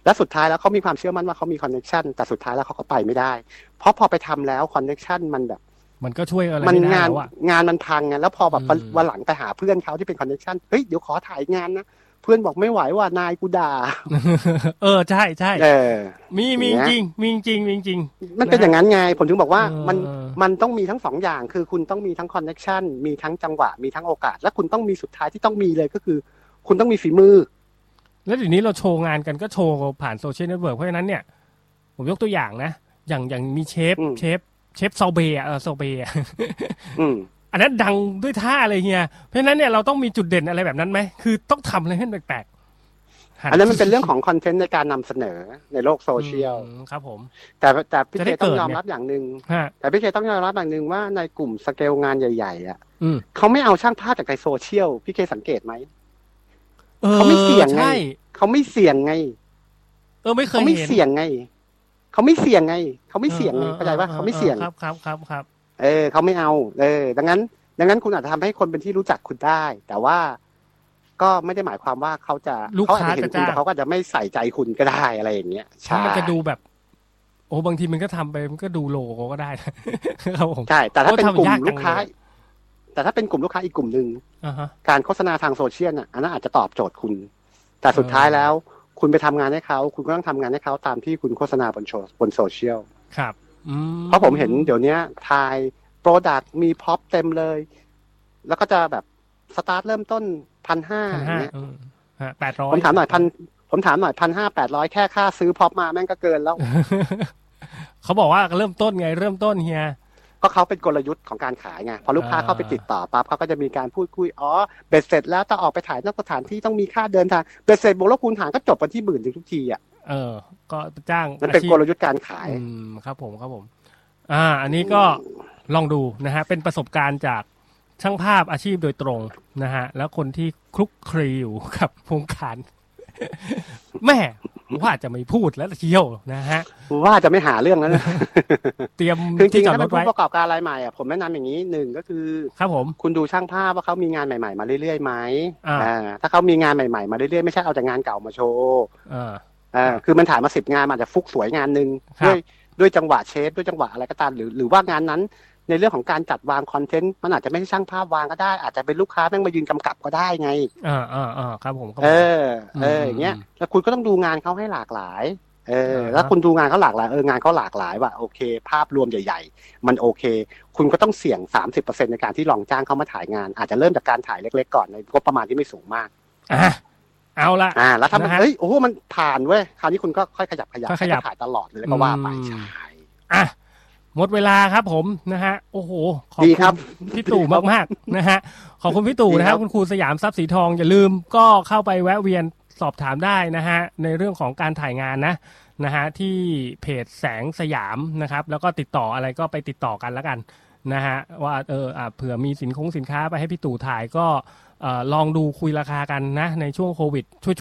S4: และสุดท้ายแล้วเขามีความเชื่อมั่นว่าเขามีคอนเนคชันแต่สุดท้ายแล้วเขาก็ไปไม่ได้ เพราะพอไปทำแล้วคอนเนคชันมันแบบ
S3: มันก็ช่วยอะไร
S4: มัน
S3: ไม่ได้
S4: งาน
S3: แล้วอ่ะ
S4: งานมันพังไงแล้วพอแบบวัน
S3: อืม
S4: วันหลังไปหาเพื่อนเขาที่เป็นคอนเนคชันเฮ้ยเดี๋ยวขอถ่ายงานนะเพื่อนบอกไม่ไหวว่านายกูด่า
S3: เออใช่ใช่
S4: เออ
S3: มีมี
S4: เนี่ย
S3: จริงมีจริงมีจริง
S4: มันเป็น
S3: นะฮะ
S4: อย่างนั้นไง ผมถึงบอกว่า
S3: เออ
S4: มัน
S3: เออ
S4: มันต้องมีทั้งสองอย่าง คือคุณต้องมีทั้งคอนเนคชันมีทั้งจังหวะ มีทั้งโอกาส และคุณต้องมีสุดท้ายที่ต้องมีเลยก็คือ คุณต้องมีฝีมือ
S3: แล้วเดี๋ยวนี้เราโชว์งานกันก็โชว์ผ่านโซเชียลเน็ตเวิร์กเพราะฉะนั้นเนี่ย ผมยกตัวอย่างนะ อย่างอย่างมีเชฟ
S4: อืม
S3: เชฟเชฟเซาเบะเออเซาเบะ <laughs>
S4: อืม
S3: อันนั้นดังด้วยท่าเลยเฮียเพราะฉะนั้นเนี่ยเราต้องมีจุดเด่นอะไรแบบนั้นไหมคือต้องทำอะไรให้มันแปลกๆหั
S4: อันนั้นมันเป็นเรื่องของคอนเทนต์ในการนำเสนอในโลกโซเชียล
S3: อืมครับผม
S4: แต่แต่พี่
S3: จะ
S4: เค
S3: ได้
S4: ต้อง
S3: เกิด
S4: ยอม
S3: ไง
S4: รับอย่างหนึ่ง
S3: ฮะ
S4: แต่พี่เคต้องยอมรับอย่างหนึ่งว่าในกลุ่มสเกลงานใหญ่ๆอ่ะ
S3: อืม
S4: เขาไม่เอาช่างภาพจากในโซเชียลพี่เคสังเกตไหม
S3: ออ
S4: เขาไม่เสี่ยงไง
S3: ใช่
S4: เขาไม่เสี่ยงไง
S3: เออไม่เคย
S4: เขาไม่
S3: เห็น
S4: เสี่ยงไง เขาไม่เสี่ยงไง เขาไม่เสี่ยงไง
S3: ออออ
S4: เข้าใจปะ
S3: ออ
S4: เขาไม่เสี่ยง
S3: ครับครับครับครับ
S4: เออเขาไม่เอา เออ ดังนั้น ดังนั้นคุณอาจจะทำให้คนเป็นที่รู้จักคุณได้ แต่ว่าก็ไม่ได้หมายความว่าเขาจะ
S3: ลูก
S4: เขา
S3: ค้า
S4: อาจจะเห็น
S3: จะ
S4: คุณ
S3: จ้าง
S4: แต่เขาก็จะไม่ใส่ใจคุณก็ได้อะไรอย่างเงี้ย
S3: ใช่มันจะดูแบบ โอ้บางทีมันก็ทำไปมันก็ดูโลโก้ก็ได้นะ <laughs> ครับผม
S4: ใช่ แต่ถ้าเป็นกลุ่ม
S3: โอ้ทำยากจังเลย
S4: ลูกค้า แต่ถ้าเป็นกลุ่มลูกค้าอีกกลุ่มหนึ่ง
S3: อ่าฮะ
S4: การโฆษณาทางโซเชียลน่ะอันนั้นอาจจะตอบโจทย์คุณ แต่สุดท้ายแล้ว คุณไปทำงานให้เขาคุณก็ต้องทำงานให้เขาตามที่คุณโฆษณาบนโชบนโซเชียล
S3: ครับอื
S4: เพราะผมเห็นเดี๋ยวเนี้ยทายโปรดักมีพ็อปเต็มเลย แล้วก็จะแบบสตาร์ทเริ่มต้นพันห้า
S3: พัน
S4: อย่า
S3: ห้าง
S4: เงี้ย
S3: อืมฮะแปดร้อย
S4: ผมถามหน่อยพันผมถามหน่อยพันห้าแปดร้อยแค่ค่าซื้อพ็อปมาแม่งก็เกินแล้ว
S3: <laughs> เขาบอกว่าเริ่มต้นไงเริ่มต้นเฮีย
S4: ก็เขาเป็นกลยุทธ์ของการขายไง พอลูกค้า
S3: อ่า
S4: เข้าไปติดต่อปั๊บเขาก็จะมีการพูดคุย อ๋อ เบ็ดเสร็จแล้วต้องออกไปถ่ายนอกสถานที่ต้องมีค่าเดินทาง เบ็ดเสร็จบวกลบคูณหารก็จบกันที่หมื่นถึงทุกทีอ่ะ
S3: เออ ก็จ้าง
S4: มันเป็น
S3: อาชีพ
S4: กลยุทธ์การขาย
S3: อืมครับผมครับผม อ่า อันนี้ก็ลองดูนะฮะ เป็นประสบการณ์จากช่างภาพอาชีพโดยตรงนะฮะ แล้วคนที่คลุกคลีอยู่กับวงการ <laughs> แม่ว่าจะไม่พูดแล้วเชียวนะฮะ
S4: ว่าจะไม่หาเรื่องแล้วนะ
S3: เตรียม
S4: คือจริ
S3: ที่
S4: งๆ
S3: จอด
S4: ถ้าร
S3: ถ
S4: เป็น
S3: ไว้
S4: ผู้ประกอบการรายใหม่อ่ะผมแนะนำอย่างนี้หนึ่งก็คือ
S3: ครับผม
S4: คุณดูช่างภาพว่าเขามีงานใหม่ๆ มาเรื่อยๆไหม
S3: อ่า
S4: อ่าถ้าเขามีงานใหม่ๆ มาเรื่อยๆ ไม่ใช่เอาแต่งานเก่ามาโชว์
S3: เออ
S4: อ่าคือมันถ่ายมาสิบงานมันอาจจะฟุกสวยงานหนึ่ง
S3: ครับ
S4: ด้วยด้วยจังหวะเชฟด้วยจังหวะอะไรก็ตามหรือหรือว่างานนั้น ในเรื่องของการจัดวางคอนเทนต์มันอาจจะไม่ใช่ช่างภาพวางก็ได้ อาจจะเป็นลูกค้าแม่งมายืนกำกับก็ได้ไง
S3: อ่าอ่าอ่าครับผมครับผม
S4: เออเอ
S3: ม
S4: ออย่างเงี้ยแล้วคุณก็ต้องดูงานเขาให้หลากหลาย เออ
S3: อ่าฮะ
S4: แล้วคุณดูงานเขาหลากหลายเอองานเขาหลากหลายว่ะโอเค ภาพรวมใหญ่ ๆ มันโอเค คุณก็ต้องเสี่ยง 30%ในการที่ลองจ้างเขามาถ่ายงาน อาจจะเริ่มจากการถ่ายเล็กๆก่อนในงบประมาณที่ไม่สูงมาก
S3: อ่ะเอาละ
S4: อ่าแล้วถ้ามัน
S3: นะฮะ
S4: เอ้ยโอ้โหมันผ่านเว้ยคราวนี้คุณก็ค่อยขยับขยับ
S3: ค่อยขยับ
S4: ให้เขาถ่ายตลอดเลยก็ว่าไป
S3: อืม
S4: ใช่
S3: อ่ะหมดเวลาครับผมนะฮะ โอ้โห ขอบ
S4: ดี
S3: คุณ
S4: ครับ
S3: พี่ตู่มากมากๆ นะฮะ ขอบคุณพี่ตู่
S4: ดี
S3: นะ
S4: ครั
S3: ฮะ
S4: บ
S3: คุณครูสยามทรัพย์สีทองอย่าลืมก็เข้าไปแวะเวียนสอบถามได้นะฮะ ในเรื่องของการถ่ายงานนะนะฮะ ที่เพจแสงสยามนะครับ แล้วก็ติดต่ออะไรก็ไปติดต่อกันแล้วกันนะฮะ ว่าเอออ่ะเผื่อมีสินคงสินค้าไปให้พี่ตู่ถ่ายก็เอ่อลองดูคุยราคากันนะ ในช่วงโควิด